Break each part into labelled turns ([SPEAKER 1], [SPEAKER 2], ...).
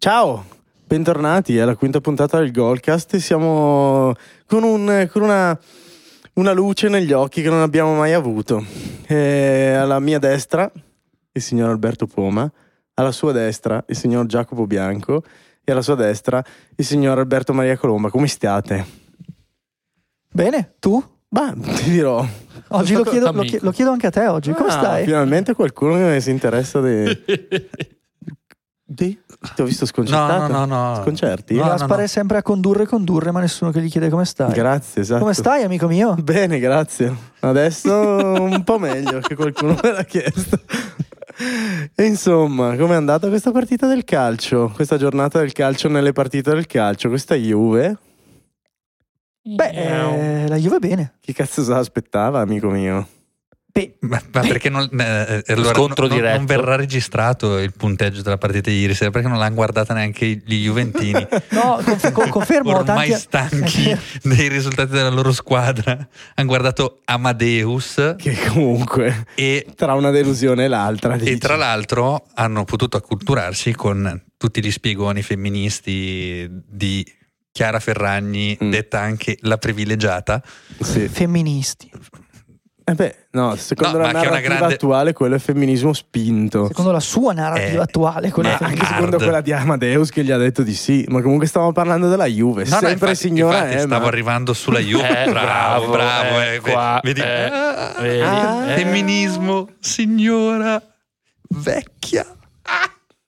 [SPEAKER 1] Ciao, bentornati alla quinta puntata del Golcast. Siamo con, un- con una, una luce negli occhi che non abbiamo mai avuto. Eh, alla mia destra il signor Alberto Poma, alla sua destra il signor Giacomo Bianco e alla sua destra il signor Alberto Maria Colomba. Come stiate?
[SPEAKER 2] Bene, tu?
[SPEAKER 1] Bah, ti dirò.
[SPEAKER 2] Oggi lo chiedo, lo
[SPEAKER 3] Amico.
[SPEAKER 2] chie- lo chiedo anche a te oggi, come
[SPEAKER 1] Ah,
[SPEAKER 2] stai?
[SPEAKER 1] Finalmente qualcuno che si interessa di... di? Ti ho visto sconcertato.
[SPEAKER 3] No, no, no, no.
[SPEAKER 1] Sconcerti?
[SPEAKER 3] No,
[SPEAKER 2] Gaspar è sempre a condurre, condurre, ma nessuno che gli chiede come stai.
[SPEAKER 1] Grazie, esatto.
[SPEAKER 2] Come stai, amico mio?
[SPEAKER 1] Bene, grazie. Adesso un po' meglio che qualcuno me l'ha chiesto. E insomma, com'è andata questa partita del calcio? Questa giornata del calcio nelle partite del calcio? Questa Juve?
[SPEAKER 2] Beh, eh, la Juve bene.
[SPEAKER 1] Chi cazzo se l'aspettava, amico mio?
[SPEAKER 2] Beh,
[SPEAKER 3] Ma, ma perché non, eh, eh, allora,
[SPEAKER 4] Scontro
[SPEAKER 3] non- non-
[SPEAKER 4] diretto.
[SPEAKER 3] non verrà registrato il punteggio della partita di ieri sera perché non l'hanno guardata neanche gli Juventini
[SPEAKER 2] no, conf- con- confermo, tanti-
[SPEAKER 3] ormai stanchi dei risultati della loro squadra hanno guardato Amadeus
[SPEAKER 1] Che comunque,
[SPEAKER 3] e
[SPEAKER 1] tra una delusione e l'altra.
[SPEAKER 3] E
[SPEAKER 1] dici.
[SPEAKER 3] tra l'altro hanno potuto acculturarsi con tutti gli spiegoni femministi di Chiara Ferragni,
[SPEAKER 1] Mm.
[SPEAKER 3] detta anche la privilegiata.
[SPEAKER 1] Sì.
[SPEAKER 2] femministi.
[SPEAKER 1] Eh beh, no, secondo
[SPEAKER 3] No,
[SPEAKER 1] la
[SPEAKER 3] ma che è una
[SPEAKER 1] narrativa
[SPEAKER 3] grande-
[SPEAKER 1] attuale quello è femminismo spinto.
[SPEAKER 2] Secondo la sua narrativa
[SPEAKER 3] Eh,
[SPEAKER 2] attuale, quella
[SPEAKER 3] ma-
[SPEAKER 1] Ma anche
[SPEAKER 2] femminista.
[SPEAKER 1] secondo
[SPEAKER 3] Hard.
[SPEAKER 1] quella di Amadeus che gli ha detto di sì, ma comunque stavamo parlando della Juve,
[SPEAKER 3] No, no,
[SPEAKER 1] sempre
[SPEAKER 3] infatti-
[SPEAKER 1] signora
[SPEAKER 3] infatti
[SPEAKER 1] Emma.
[SPEAKER 3] stavo arrivando sulla Juve.
[SPEAKER 4] Eh, bravo,
[SPEAKER 3] bravo, bravo.
[SPEAKER 4] eh,
[SPEAKER 3] eh,
[SPEAKER 4] qua,
[SPEAKER 3] vedi?
[SPEAKER 4] eh,
[SPEAKER 3] Ah,
[SPEAKER 4] vedi?
[SPEAKER 3] ah,
[SPEAKER 1] Eh.
[SPEAKER 3] Femminismo, signora, vecchia.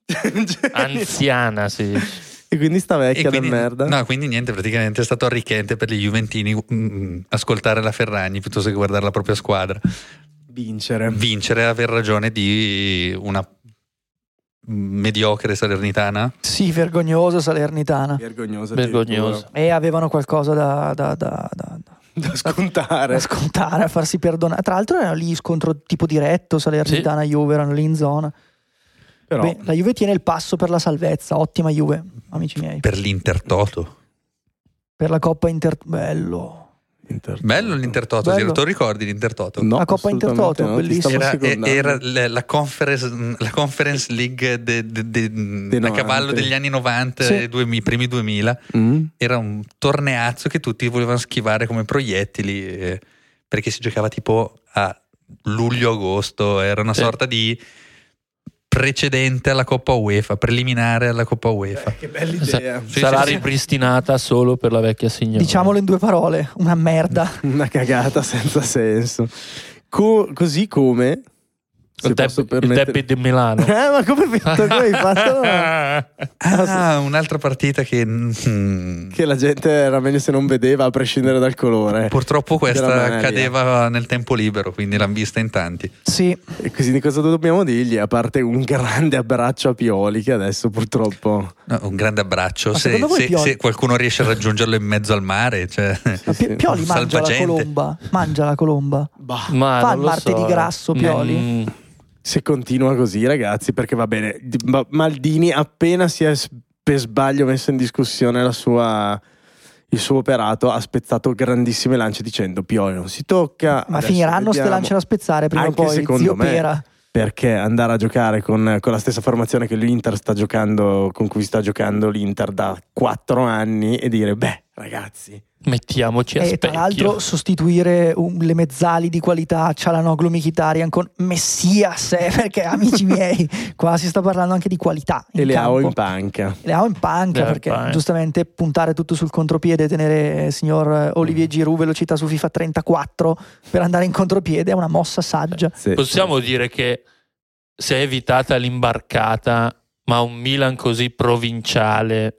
[SPEAKER 4] Anziana, si dice.
[SPEAKER 1] E quindi sta
[SPEAKER 3] E
[SPEAKER 1] vecchia
[SPEAKER 3] quindi-
[SPEAKER 1] da merda.
[SPEAKER 3] No, quindi niente, praticamente è stato arricchente per gli Juventini mm, ascoltare la Ferragni piuttosto che guardare la propria squadra.
[SPEAKER 1] Vincere.
[SPEAKER 3] vincere e aver ragione di una mediocre salernitana.
[SPEAKER 2] Sì, vergognosa salernitana.
[SPEAKER 1] Vergognosa.
[SPEAKER 4] vergognoso.
[SPEAKER 2] E avevano qualcosa da, da- da- da-
[SPEAKER 1] addirittura.
[SPEAKER 2] da-
[SPEAKER 1] Da scontare.
[SPEAKER 2] da scontare, a farsi perdonare. Tra l'altro erano lì scontro tipo diretto, Salernitana-Juve, erano lì in zona.
[SPEAKER 1] Però
[SPEAKER 2] Beh, la Juve tiene il passo per la salvezza, ottima Juve, amici miei.
[SPEAKER 3] Per l'Intertoto.
[SPEAKER 2] Per la Coppa Inter... Bello.
[SPEAKER 1] Inter-
[SPEAKER 3] Bello l'Intertoto,
[SPEAKER 2] Bello.
[SPEAKER 3] Giro, te lo ricordi l'Intertoto?
[SPEAKER 1] No,
[SPEAKER 2] La Coppa
[SPEAKER 1] assolutamente
[SPEAKER 2] Intertoto,
[SPEAKER 1] no, ti
[SPEAKER 2] bellissimo.
[SPEAKER 1] stavo
[SPEAKER 3] Era,
[SPEAKER 1] secondando.
[SPEAKER 3] era le- la, conference, la Conference League de- de- de- a
[SPEAKER 1] 90.
[SPEAKER 3] cavallo degli anni 90
[SPEAKER 2] Sì.
[SPEAKER 3] e duemi- primi 2000.
[SPEAKER 1] Mm?
[SPEAKER 3] Era un torneazzo che tutti volevano schivare come proiettili eh, perché si giocava tipo a luglio-agosto. Era una
[SPEAKER 4] Sì.
[SPEAKER 3] sorta di precedente alla Coppa UEFA, preliminare alla Coppa UEFA.
[SPEAKER 1] Ah, Che bella
[SPEAKER 4] Sa-
[SPEAKER 1] idea.
[SPEAKER 3] Sì,
[SPEAKER 4] Sarà
[SPEAKER 3] sì, sì.
[SPEAKER 4] ripristinata solo per la vecchia signora.
[SPEAKER 2] Diciamolo in due parole, una merda.
[SPEAKER 1] Una cagata senza senso. Co- così come... se
[SPEAKER 4] il,
[SPEAKER 1] posso
[SPEAKER 4] derby, il
[SPEAKER 1] permettere-
[SPEAKER 4] derby di Milano.
[SPEAKER 1] Eh, ma come hai fatto? Come hai fatto?
[SPEAKER 3] Ah, un'altra partita che mm,
[SPEAKER 1] Eh. che la gente era meglio se non vedeva a prescindere dal colore.
[SPEAKER 3] purtroppo
[SPEAKER 1] della
[SPEAKER 3] questa
[SPEAKER 1] malaria.
[SPEAKER 3] cadeva nel tempo libero, quindi l'hanno vista in tanti.
[SPEAKER 2] Sì,
[SPEAKER 1] E quindi cosa dobbiamo dirgli? A parte un grande abbraccio a Pioli che adesso purtroppo...
[SPEAKER 3] No, un grande abbraccio.
[SPEAKER 2] Ma
[SPEAKER 3] Se,
[SPEAKER 2] secondo voi
[SPEAKER 3] se-
[SPEAKER 2] Pioli-
[SPEAKER 3] se qualcuno riesce a raggiungerlo in mezzo al mare, cioè,
[SPEAKER 1] Sì,
[SPEAKER 2] Pi-
[SPEAKER 1] sì.
[SPEAKER 2] Pioli mangia la
[SPEAKER 3] Salvagente.
[SPEAKER 2] colomba. Mangia la colomba.
[SPEAKER 1] Bah.
[SPEAKER 4] Ma
[SPEAKER 2] Fa
[SPEAKER 4] non
[SPEAKER 2] il
[SPEAKER 4] lo
[SPEAKER 2] martedì
[SPEAKER 4] so. eh.
[SPEAKER 2] grasso, Pioli?
[SPEAKER 4] Mm,
[SPEAKER 1] Se continua così, ragazzi, perché va bene. Di- Ma- Maldini appena si è s- per sbaglio messo in discussione la sua- il suo operato, ha spezzato grandissime lance dicendo Pioli non si tocca.
[SPEAKER 2] Ma
[SPEAKER 1] adesso
[SPEAKER 2] finiranno ste
[SPEAKER 1] vediamo".
[SPEAKER 2] lance da spezzare prima o
[SPEAKER 1] Anche
[SPEAKER 2] poi.
[SPEAKER 1] secondo
[SPEAKER 2] Zio
[SPEAKER 1] me.
[SPEAKER 2] Pera.
[SPEAKER 1] Perché andare a giocare con, con la stessa formazione che l'Inter sta giocando, con cui sta giocando l'Inter da quattro anni e dire, beh, ragazzi,
[SPEAKER 4] mettiamoci a
[SPEAKER 2] E Eh, tra l'altro
[SPEAKER 4] specchio.
[SPEAKER 2] sostituire un- le mezzali di qualità Cialanoglu Michitarian con Messias. eh, perché amici miei, qua si sta parlando anche di qualità.
[SPEAKER 1] e
[SPEAKER 2] in
[SPEAKER 1] le
[SPEAKER 2] campo.
[SPEAKER 1] ho in panca.
[SPEAKER 2] Le ho in panca
[SPEAKER 4] Le ha in
[SPEAKER 2] perché
[SPEAKER 4] panca.
[SPEAKER 2] giustamente puntare tutto sul contropiede, tenere eh, signor eh,
[SPEAKER 1] Mm.
[SPEAKER 2] Olivier Giroud velocità su FIFA 34 per andare in contropiede è una mossa saggia.
[SPEAKER 1] Sì.
[SPEAKER 4] Possiamo dire che se è evitata l'imbarcata, ma un Milan così provinciale,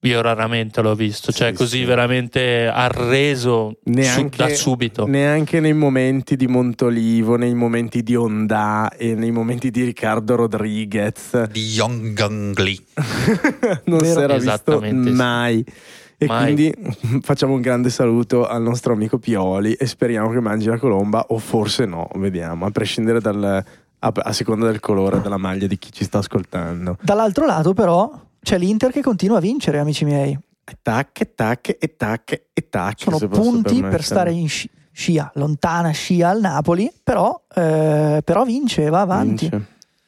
[SPEAKER 4] io raramente l'ho visto. Cioè
[SPEAKER 1] Sì,
[SPEAKER 4] così
[SPEAKER 1] sì.
[SPEAKER 4] veramente arreso su-
[SPEAKER 1] Neanche-
[SPEAKER 4] da
[SPEAKER 2] Esatto.
[SPEAKER 4] subito.
[SPEAKER 1] Neanche nei momenti di Montolivo, nei momenti di Ondà e nei momenti di Riccardo Rodriguez
[SPEAKER 3] di Yong Lee.
[SPEAKER 1] non
[SPEAKER 4] Vero?
[SPEAKER 1] si era visto
[SPEAKER 4] Esattamente, sì.
[SPEAKER 1] mai. E
[SPEAKER 4] Mai.
[SPEAKER 1] quindi facciamo un grande saluto al nostro amico Pioli e speriamo che mangi la colomba o forse no, vediamo, a prescindere dal a, a seconda del colore della maglia di chi ci sta ascoltando.
[SPEAKER 2] Dall'altro lato, però, c'è l'Inter che continua a vincere, amici miei.
[SPEAKER 1] E tac, e tac, e tac, e tac.
[SPEAKER 2] Sono
[SPEAKER 1] se posso
[SPEAKER 2] punti per
[SPEAKER 1] permettermi.
[SPEAKER 2] stare in sci- scia, lontana scia al Napoli, però, eh, però vince, va avanti.
[SPEAKER 1] Vince.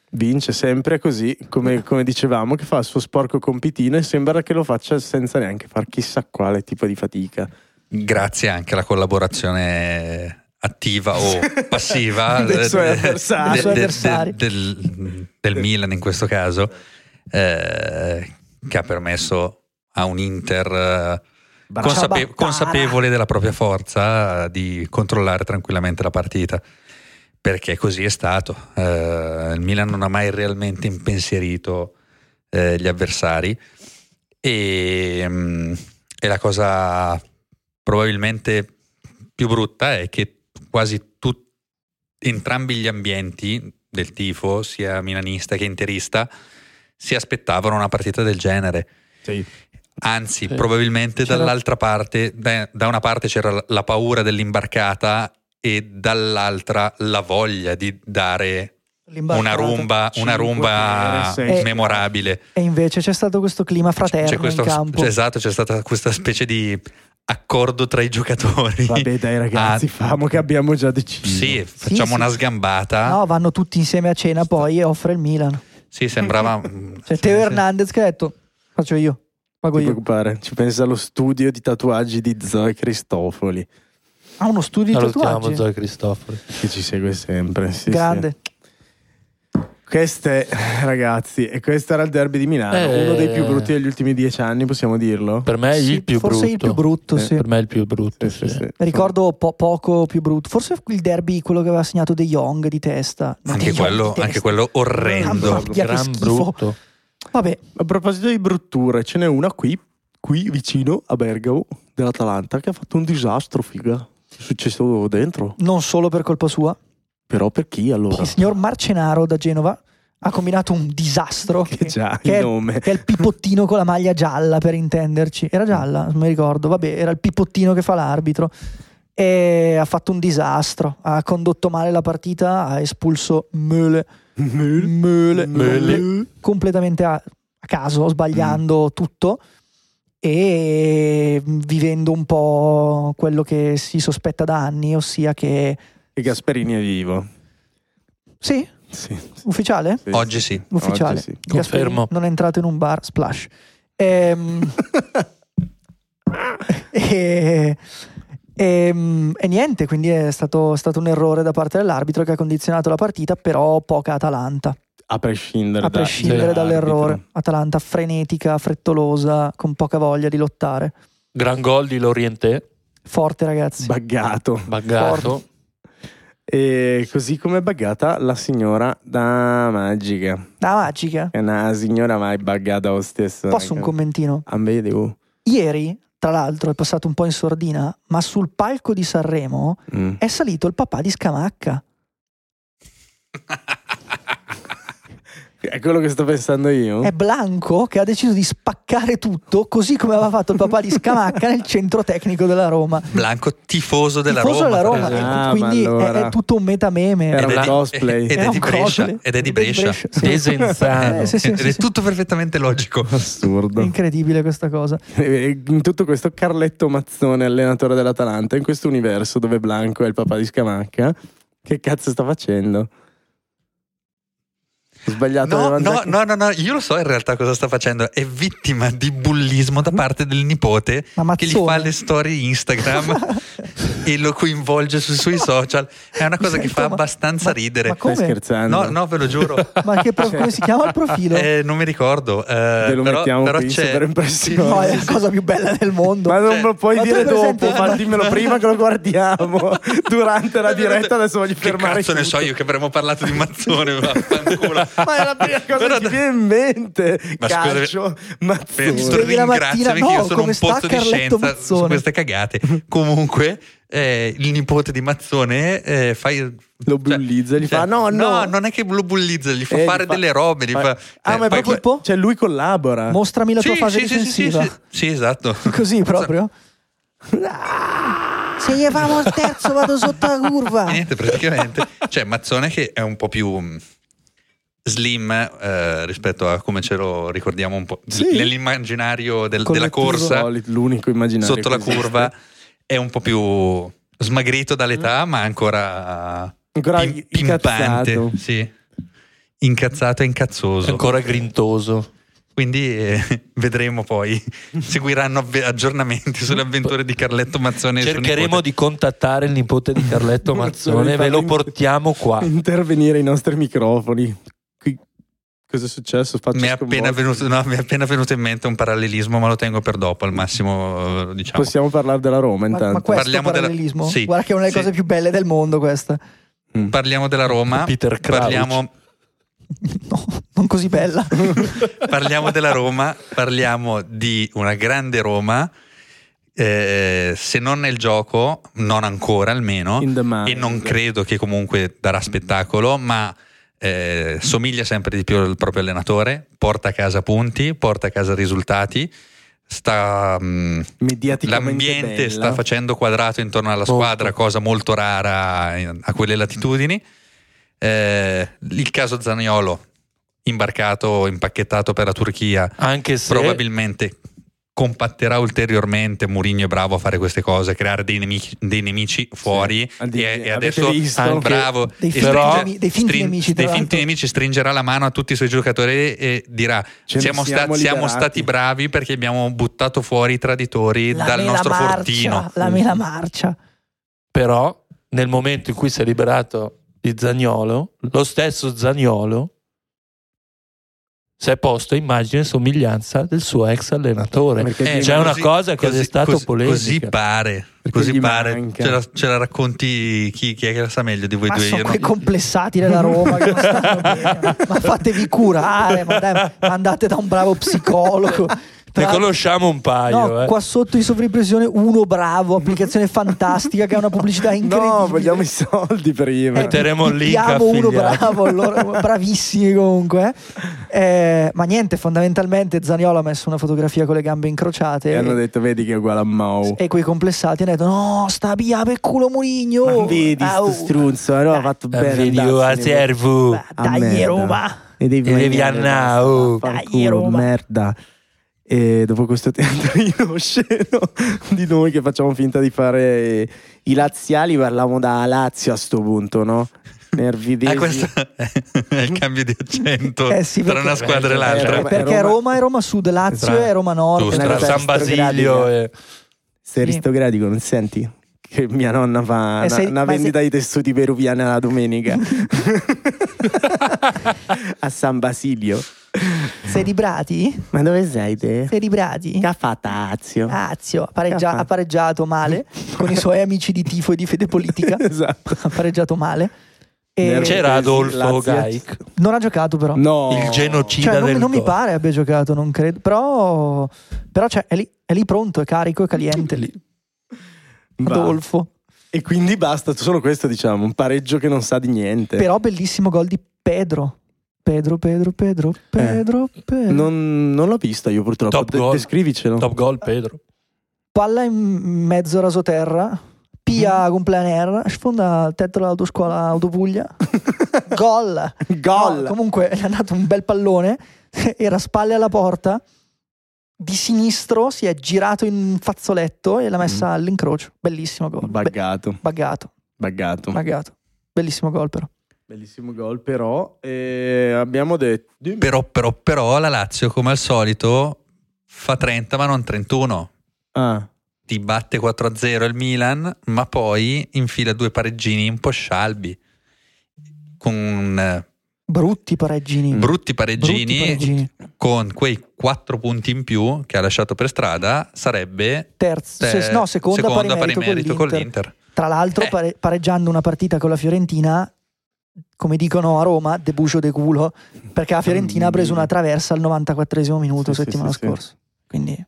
[SPEAKER 1] vince sempre così, come, come dicevamo, che fa il suo sporco compitino e sembra che lo faccia senza neanche far chissà quale tipo di fatica.
[SPEAKER 3] Grazie anche alla collaborazione attiva o passiva
[SPEAKER 1] Dei
[SPEAKER 3] eh,
[SPEAKER 1] suoi
[SPEAKER 3] de-
[SPEAKER 1] avversari.
[SPEAKER 2] Dei suoi avversari.
[SPEAKER 3] del, del Milan in questo caso, eh, che ha permesso a un Inter eh,
[SPEAKER 2] Ciao,
[SPEAKER 3] consape-
[SPEAKER 2] Battara.
[SPEAKER 3] consapevole della propria forza eh, di controllare tranquillamente la partita. Perché così è stato. Eh, il Milan non ha mai realmente impensierito eh, gli avversari. E, mm, e la cosa probabilmente più brutta è che quasi tutti entrambi gli ambienti del tifo, sia milanista che interista, si aspettavano una partita del genere.
[SPEAKER 1] Sì.
[SPEAKER 3] Anzi,
[SPEAKER 4] Sì.
[SPEAKER 3] probabilmente
[SPEAKER 4] C'era-
[SPEAKER 3] dall'altra parte, da da una parte c'era la- la paura dell'imbarcata e dall'altra la voglia di dare una
[SPEAKER 2] L'imbarcata.
[SPEAKER 3] rumba, una
[SPEAKER 1] Cinque,
[SPEAKER 3] rumba
[SPEAKER 1] tre, sei.
[SPEAKER 3] memorabile.
[SPEAKER 2] E invece c'è stato questo clima fraterno
[SPEAKER 3] C'è questo-
[SPEAKER 2] Eh, in campo.
[SPEAKER 3] c'è- esatto, c'è stata questa specie di accordo tra i giocatori.
[SPEAKER 1] Vabbè dai ragazzi,
[SPEAKER 3] Ah.
[SPEAKER 1] famo che abbiamo già deciso.
[SPEAKER 3] Sì, facciamo
[SPEAKER 2] sì.
[SPEAKER 3] una sgambata.
[SPEAKER 2] No, vanno tutti insieme a cena poi e offre il Milan.
[SPEAKER 3] Sì, sembrava. mm,
[SPEAKER 2] C'è
[SPEAKER 3] sì,
[SPEAKER 2] Teo
[SPEAKER 3] sì.
[SPEAKER 2] Hernandez che ha detto faccio io, pago
[SPEAKER 1] Non ti
[SPEAKER 2] io.
[SPEAKER 1] preoccupare, ci pensa lo studio di tatuaggi di Zoe Cristofoli
[SPEAKER 2] Ha uno studio di
[SPEAKER 4] Salutiamo
[SPEAKER 2] tatuaggi.
[SPEAKER 4] Zoe Cristofori.
[SPEAKER 1] che ci segue sempre. Sì, sì.
[SPEAKER 2] Grande.
[SPEAKER 1] Queste, ragazzi, e questo era il derby di Milano,
[SPEAKER 4] Eh.
[SPEAKER 1] uno dei più brutti degli ultimi dieci anni, possiamo dirlo?
[SPEAKER 4] Per me è
[SPEAKER 2] Sì,
[SPEAKER 4] il più
[SPEAKER 2] forse
[SPEAKER 4] brutto.
[SPEAKER 2] il più brutto,
[SPEAKER 1] Eh,
[SPEAKER 2] sì.
[SPEAKER 4] Per me è il più brutto.
[SPEAKER 1] Sì, sì,
[SPEAKER 4] sì.
[SPEAKER 1] sì.
[SPEAKER 2] Ricordo po- poco più brutto. Forse il derby, quello che aveva segnato De Jong di testa. No, De
[SPEAKER 3] Anche
[SPEAKER 2] Jong
[SPEAKER 3] quello,
[SPEAKER 2] di testa.
[SPEAKER 3] anche quello
[SPEAKER 2] Mamma
[SPEAKER 3] orrendo.
[SPEAKER 2] mia, che
[SPEAKER 4] Gran
[SPEAKER 2] schifo.
[SPEAKER 4] brutto.
[SPEAKER 2] Vabbè,
[SPEAKER 1] A proposito di brutture, ce n'è una qui, qui vicino a Bergamo, dell'Atalanta, che ha fatto un disastro, figa. È successo dentro.
[SPEAKER 2] non solo per colpa sua.
[SPEAKER 1] Però per chi allora?
[SPEAKER 2] Il signor Marcenaro da Genova ha combinato un disastro.
[SPEAKER 1] Che già
[SPEAKER 2] che
[SPEAKER 1] il
[SPEAKER 2] è-
[SPEAKER 1] nome.
[SPEAKER 2] che è il pipottino con la maglia gialla per intenderci era gialla non mi ricordo vabbè era il pipottino che fa l'arbitro e ha fatto un disastro ha condotto male la partita ha espulso Möle
[SPEAKER 1] Möle.
[SPEAKER 2] Möle, comple- completamente a, a caso sbagliando tutto e vivendo un po' quello che si sospetta da anni ossia che
[SPEAKER 1] E Gasperini è vivo.
[SPEAKER 2] sì
[SPEAKER 1] Sì, sì,
[SPEAKER 2] ufficiale
[SPEAKER 1] sì.
[SPEAKER 3] Oggi sì.
[SPEAKER 2] ufficiale.
[SPEAKER 1] Oggi sì.
[SPEAKER 2] Gasperini
[SPEAKER 4] Confermo.
[SPEAKER 2] Non è entrato in un bar, splash. Ehm, e, ehm, e niente, quindi è stato, è stato un errore da parte dell'arbitro che ha condizionato la partita, però poca Atalanta,
[SPEAKER 1] A prescindere,
[SPEAKER 2] a
[SPEAKER 1] da-
[SPEAKER 2] prescindere
[SPEAKER 1] dall'arbitro.
[SPEAKER 2] dall'errore. Atalanta frenetica, frettolosa, con poca voglia di lottare.
[SPEAKER 4] Gran gol di Lorientè,
[SPEAKER 2] Forte ragazzi.
[SPEAKER 1] Baggato.
[SPEAKER 4] baggato.
[SPEAKER 1] E così come è buggata la signora da Magica.
[SPEAKER 2] La Ah, magica.
[SPEAKER 1] È una signora mai buggata lo stesso. ecco.
[SPEAKER 2] Posso un commentino?
[SPEAKER 1] A me devo-
[SPEAKER 2] Ieri, tra l'altro, è passato un po' in sordina, ma sul palco di Sanremo
[SPEAKER 1] Mm.
[SPEAKER 2] è salito il papà di Scamacca.
[SPEAKER 1] È quello che sto pensando io.
[SPEAKER 2] È Blanco che ha deciso di spaccare tutto, così come aveva fatto il papà di Scamacca nel centro tecnico della Roma.
[SPEAKER 3] Blanco tifoso della
[SPEAKER 2] Tifoso
[SPEAKER 3] Roma.
[SPEAKER 2] della Roma,
[SPEAKER 1] esempio.
[SPEAKER 2] e
[SPEAKER 1] Ah,
[SPEAKER 2] quindi
[SPEAKER 1] ma
[SPEAKER 2] è- è,
[SPEAKER 1] allora.
[SPEAKER 2] tutto un metameme.
[SPEAKER 1] Era
[SPEAKER 3] Ed
[SPEAKER 1] un
[SPEAKER 3] è di-
[SPEAKER 1] cosplay.
[SPEAKER 3] ed è
[SPEAKER 2] Era
[SPEAKER 3] di
[SPEAKER 2] un
[SPEAKER 3] Brescia.
[SPEAKER 2] cosplay.
[SPEAKER 3] Ed è di Brescia.
[SPEAKER 2] sì.
[SPEAKER 4] Desenzano.
[SPEAKER 2] Eh, sì, sì,
[SPEAKER 3] Ed
[SPEAKER 2] sì,
[SPEAKER 3] è
[SPEAKER 2] sì.
[SPEAKER 3] tutto perfettamente logico.
[SPEAKER 2] È
[SPEAKER 1] Assurdo.
[SPEAKER 2] incredibile questa cosa.
[SPEAKER 1] E In tutto questo Carletto Mazzone, allenatore dell'Atalanta, in questo universo dove Blanco è il papà di Scamacca, che cazzo sta facendo? Ho sbagliato
[SPEAKER 3] No,
[SPEAKER 1] davanti
[SPEAKER 3] no,
[SPEAKER 1] a-
[SPEAKER 3] no, no, no, io lo so in realtà cosa sta facendo. È vittima di bullismo da parte del nipote
[SPEAKER 2] Ma
[SPEAKER 3] che
[SPEAKER 2] Mazzone.
[SPEAKER 3] gli fa le storie Instagram e lo coinvolge sui suoi social. È una cosa
[SPEAKER 2] Mi
[SPEAKER 3] che
[SPEAKER 2] sento,
[SPEAKER 3] fa
[SPEAKER 2] ma-
[SPEAKER 3] abbastanza
[SPEAKER 2] ma-
[SPEAKER 3] ridere.
[SPEAKER 2] ma
[SPEAKER 1] Stai
[SPEAKER 2] come?
[SPEAKER 1] scherzando?
[SPEAKER 3] No, no, ve lo giuro.
[SPEAKER 2] Ma che pro- come si chiama il profilo?
[SPEAKER 3] Eh, non mi ricordo. eh,
[SPEAKER 1] Te lo
[SPEAKER 3] però,
[SPEAKER 1] mettiamo
[SPEAKER 3] però
[SPEAKER 1] qui in
[SPEAKER 3] c'è...
[SPEAKER 1] sovraimpressione.
[SPEAKER 2] no, è
[SPEAKER 3] Sì,
[SPEAKER 2] la
[SPEAKER 3] sì,
[SPEAKER 2] cosa più bella del mondo.
[SPEAKER 1] Ma non
[SPEAKER 3] Cioè-
[SPEAKER 1] lo puoi
[SPEAKER 2] Ma tu
[SPEAKER 1] dire
[SPEAKER 2] hai presente-
[SPEAKER 1] dopo, fai dimmelo prima che lo guardiamo. Durante la
[SPEAKER 3] Sì.
[SPEAKER 1] diretta adesso voglio fermare
[SPEAKER 3] Che cazzo ne
[SPEAKER 1] tutto.
[SPEAKER 3] so io che avremmo parlato di Mazzone, vaffanculo.
[SPEAKER 1] Ma è la prima cosa
[SPEAKER 3] Però
[SPEAKER 1] che mi viene in mente.
[SPEAKER 3] Ma scusa,
[SPEAKER 1] Calcio,
[SPEAKER 3] Per
[SPEAKER 1] Mazzone.
[SPEAKER 2] Svegli la mattina,
[SPEAKER 3] ringrazio perché
[SPEAKER 2] no,
[SPEAKER 3] io sono
[SPEAKER 2] come
[SPEAKER 3] un
[SPEAKER 2] sta
[SPEAKER 3] pozzo di
[SPEAKER 2] Carletto
[SPEAKER 3] scienza
[SPEAKER 2] Mazzone?
[SPEAKER 3] su queste cagate. Comunque, eh, il nipote di Mazzone eh, fa il- cioè,
[SPEAKER 1] Lo bullizza, gli fa, "No, no."
[SPEAKER 3] non è che lo bullizza, gli fa
[SPEAKER 1] Eh, gli
[SPEAKER 3] fare
[SPEAKER 1] fa-
[SPEAKER 3] delle robe. Gli
[SPEAKER 1] fa-
[SPEAKER 3] fa,
[SPEAKER 1] Ah,
[SPEAKER 3] eh,
[SPEAKER 1] ma è
[SPEAKER 3] poi-
[SPEAKER 1] proprio
[SPEAKER 2] tipo?
[SPEAKER 1] Cioè, lui collabora.
[SPEAKER 2] Mostrami la tua fase difensiva.
[SPEAKER 3] sì, sì, esatto.
[SPEAKER 2] Così proprio. Se gli famo il terzo vado sotto la curva.
[SPEAKER 3] E niente, praticamente. Cioè, Mazzone che è un po' più mh, slim eh, rispetto a come ce lo ricordiamo un po'
[SPEAKER 1] Sì.
[SPEAKER 3] nell'immaginario del- della corsa.
[SPEAKER 1] Solid, l'unico immaginario
[SPEAKER 3] sotto la
[SPEAKER 1] che esiste.
[SPEAKER 3] curva è un po' più smagrito dall'età, ma ancora,
[SPEAKER 1] Ancora
[SPEAKER 3] pim-
[SPEAKER 1] Mm. incazzato.
[SPEAKER 3] pimpante. Sì. incazzato e incazzoso.
[SPEAKER 4] ancora grintoso.
[SPEAKER 3] Quindi eh, vedremo poi. Seguiranno avve- aggiornamenti sulle avventure di Carletto Mazzone. e suo
[SPEAKER 4] Cercheremo
[SPEAKER 3] nipote.
[SPEAKER 4] di contattare il nipote di Carletto Mazzone, ve lo portiamo qua.
[SPEAKER 1] Intervenire ai nostri microfoni. Qui- cosa è successo? Faccio
[SPEAKER 3] Mi è, appena
[SPEAKER 1] sconvolto.
[SPEAKER 3] venuto, no, mi è appena venuto in mente un parallelismo, ma lo tengo per dopo. Al massimo, eh, diciamo.
[SPEAKER 1] Possiamo parlare della Roma
[SPEAKER 2] Ma, ma
[SPEAKER 1] intanto.
[SPEAKER 2] questo
[SPEAKER 3] Parliamo della-
[SPEAKER 2] parallelismo?
[SPEAKER 3] sì,
[SPEAKER 2] Guarda che è una delle
[SPEAKER 3] sì.
[SPEAKER 2] cose più belle del mondo questa.
[SPEAKER 1] Mm.
[SPEAKER 3] Parliamo della Roma.
[SPEAKER 4] Peter Crouch.
[SPEAKER 3] Parliamo,
[SPEAKER 2] No, non così bella.
[SPEAKER 3] parliamo della Roma. Parliamo di una grande Roma. eh, se non nel gioco, non ancora almeno.
[SPEAKER 1] In the mind.
[SPEAKER 3] e non credo che comunque darà spettacolo, ma eh, somiglia sempre di più al proprio allenatore, porta a casa punti, porta a casa risultati, sta, mm, mh,
[SPEAKER 1] Mediaticamente
[SPEAKER 3] l'ambiente
[SPEAKER 1] bella.
[SPEAKER 3] sta facendo quadrato intorno alla
[SPEAKER 4] Molto.
[SPEAKER 3] squadra, cosa molto rara in- a quelle latitudini. Eh, il caso Zaniolo, imbarcato, impacchettato per la Turchia,
[SPEAKER 4] Anche se
[SPEAKER 3] probabilmente compatterà ulteriormente Mourinho è bravo a fare queste cose, creare dei nemici, dei nemici fuori
[SPEAKER 1] Al di-
[SPEAKER 3] e, e
[SPEAKER 1] avete
[SPEAKER 3] adesso
[SPEAKER 1] visto?
[SPEAKER 4] anche-
[SPEAKER 3] bravo
[SPEAKER 2] Dei
[SPEAKER 3] e
[SPEAKER 2] finti
[SPEAKER 4] Però-
[SPEAKER 2] nemi- dei finti
[SPEAKER 3] strin-
[SPEAKER 2] nemici, tra
[SPEAKER 3] dei finti
[SPEAKER 2] l'altro.
[SPEAKER 3] nemici, stringerà la mano a tutti i suoi giocatori e dirà
[SPEAKER 1] Ce ne
[SPEAKER 3] siamo, sta-
[SPEAKER 1] siamo
[SPEAKER 3] siamo
[SPEAKER 1] liberati."
[SPEAKER 3] stati bravi perché abbiamo buttato fuori i traditori
[SPEAKER 2] La
[SPEAKER 3] dal
[SPEAKER 2] mela
[SPEAKER 3] nostro
[SPEAKER 2] marcia,
[SPEAKER 3] fortino
[SPEAKER 2] La mela marcia.
[SPEAKER 4] Però nel momento in cui si è liberato di Zagnolo, lo stesso Zagnolo si è posto a immagine e somiglianza del suo ex allenatore.
[SPEAKER 1] Perché
[SPEAKER 3] Eh,
[SPEAKER 1] di-
[SPEAKER 4] C'è una
[SPEAKER 3] così-
[SPEAKER 4] cosa che è
[SPEAKER 3] così-
[SPEAKER 4] stata
[SPEAKER 3] cos-
[SPEAKER 4] polemica.
[SPEAKER 3] così pare
[SPEAKER 1] Perché
[SPEAKER 3] così
[SPEAKER 1] gli
[SPEAKER 3] pare
[SPEAKER 1] manca.
[SPEAKER 3] ce la, ce la racconti chi, chi è che la sa meglio di voi
[SPEAKER 2] Ma
[SPEAKER 3] due
[SPEAKER 2] sono
[SPEAKER 3] io
[SPEAKER 2] quei
[SPEAKER 3] non-
[SPEAKER 2] complessati della Roma che non stanno bene. Ma fatevi curare, ma dai, ma andate da un bravo psicologo.
[SPEAKER 4] Ne
[SPEAKER 2] Tra-
[SPEAKER 4] conosciamo un paio.
[SPEAKER 2] No,
[SPEAKER 4] eh.
[SPEAKER 2] qua sotto in sovrimpressione uno bravo, applicazione fantastica che ha una pubblicità incredibile.
[SPEAKER 1] No, vogliamo i soldi prima.
[SPEAKER 2] Eh,
[SPEAKER 4] Metteremo il link
[SPEAKER 2] pippiamo uno
[SPEAKER 4] affiliato.
[SPEAKER 2] bravo, allora, bravissimi comunque. eh. Eh, ma niente, fondamentalmente Zaniolo ha messo una fotografia con le gambe incrociate
[SPEAKER 1] E
[SPEAKER 2] e,
[SPEAKER 1] hanno detto, "Oh." vedi che è uguale a Mau.
[SPEAKER 2] e quei complessati hanno detto no, sta via per culo Murigno.
[SPEAKER 1] Ma vedi
[SPEAKER 2] Au.
[SPEAKER 1] sto struzzo, allora ha fatto
[SPEAKER 4] Eh,
[SPEAKER 1] bene.
[SPEAKER 4] video a
[SPEAKER 1] andarsene.
[SPEAKER 4] servo.
[SPEAKER 2] Ma Dai
[SPEAKER 1] Oh, merda.
[SPEAKER 2] Roma.
[SPEAKER 1] E devi,
[SPEAKER 4] E devi andare, oh.
[SPEAKER 1] Dai,
[SPEAKER 2] Dai, Roma.
[SPEAKER 1] merda. E dopo questo teatrino osceno di noi che facciamo finta di fare i laziali, parliamo da Lazio a sto punto, no? Nervidesi.
[SPEAKER 3] Ah, questo è il cambio di accento
[SPEAKER 2] Eh sì,
[SPEAKER 3] tra
[SPEAKER 2] perché-
[SPEAKER 3] una squadra e
[SPEAKER 4] Eh,
[SPEAKER 3] l'altra.
[SPEAKER 1] Roma-
[SPEAKER 2] Perché
[SPEAKER 1] Roma-
[SPEAKER 2] Roma è Roma Sud, Lazio
[SPEAKER 4] Esatto.
[SPEAKER 2] e Roma Nord.
[SPEAKER 3] Giusto,
[SPEAKER 1] Una
[SPEAKER 4] San
[SPEAKER 1] testa
[SPEAKER 4] Basilio
[SPEAKER 1] gradica.
[SPEAKER 4] e
[SPEAKER 1] Sei aristocratico, non senti? Che mia nonna fa
[SPEAKER 2] Eh,
[SPEAKER 1] una,
[SPEAKER 2] sei-
[SPEAKER 1] una
[SPEAKER 2] ma
[SPEAKER 1] vendita di tessuti peruviani la domenica a San Basilio.
[SPEAKER 2] Sei di Brati?
[SPEAKER 1] Ma dove sei te?
[SPEAKER 2] Sei di Brati?
[SPEAKER 1] Che ha fatto Lazio?
[SPEAKER 2] Lazio Ah, ha pareggia-
[SPEAKER 1] Caffa.
[SPEAKER 2] ha pareggiato male con i suoi amici di tifo e di fede politica.
[SPEAKER 1] esatto.
[SPEAKER 2] ha Eh, pareggiato male. E
[SPEAKER 1] Nervi.
[SPEAKER 4] c'era Adolfo
[SPEAKER 1] Lazio.
[SPEAKER 4] Gaik,
[SPEAKER 2] non ha giocato, però.
[SPEAKER 1] No.
[SPEAKER 4] il genocida
[SPEAKER 2] Cioè, non,
[SPEAKER 4] del
[SPEAKER 2] non mi
[SPEAKER 4] gol.
[SPEAKER 2] pare abbia giocato, non credo. Però, però cioè, è, lì, è lì pronto, è carico, è caliente. Lì.
[SPEAKER 1] Va.
[SPEAKER 2] Adolfo.
[SPEAKER 1] E quindi basta, solo questo diciamo, un pareggio che non sa di niente.
[SPEAKER 2] Però bellissimo gol di Pedro. Pedro, Pedro, Pedro, Pedro, Pedro.
[SPEAKER 1] Non, non l'ho vista io purtroppo.
[SPEAKER 4] Top
[SPEAKER 1] De-
[SPEAKER 4] goal.
[SPEAKER 1] descrivicelo.
[SPEAKER 4] Top gol Pedro.
[SPEAKER 2] Palla in mezzo rasoterra. Pia con plein air, sfonda il tetto dell'autoscuola Autopuglia. Gol!
[SPEAKER 1] Gol.
[SPEAKER 2] No, comunque è andato un bel pallone, era a spalle alla porta, di sinistro si è girato in un fazzoletto e l'ha messa all'incrocio. Bellissimo gol. Be-
[SPEAKER 1] Baggato,
[SPEAKER 2] buggato,
[SPEAKER 1] baggato.
[SPEAKER 2] buggato. Bellissimo gol però.
[SPEAKER 1] Bellissimo gol però. E abbiamo detto...
[SPEAKER 3] Però, però, però la Lazio, come al solito, fa 30 ma non 31.
[SPEAKER 1] Ah,
[SPEAKER 3] Ti batte 4-0 il Milan, ma poi infila due pareggini un po' scialbi. Con eh,
[SPEAKER 2] Brutti pareggini.
[SPEAKER 3] brutti pareggini,
[SPEAKER 2] Brutti pareggini.
[SPEAKER 3] con quei 4 punti in più che ha lasciato per strada, sarebbe
[SPEAKER 2] Terzo, se-
[SPEAKER 3] eh,
[SPEAKER 2] no, seconda,
[SPEAKER 3] seconda
[SPEAKER 2] pari merito, con l'Inter. Tra l'altro
[SPEAKER 3] Eh.
[SPEAKER 2] pare- pareggiando una partita con la Fiorentina, come dicono a Roma, debucio de culo, perché la Fiorentina ha preso una traversa al 94 minuto
[SPEAKER 1] Sì, sì,
[SPEAKER 2] settimana
[SPEAKER 1] sì, sì.
[SPEAKER 2] scorsa. Quindi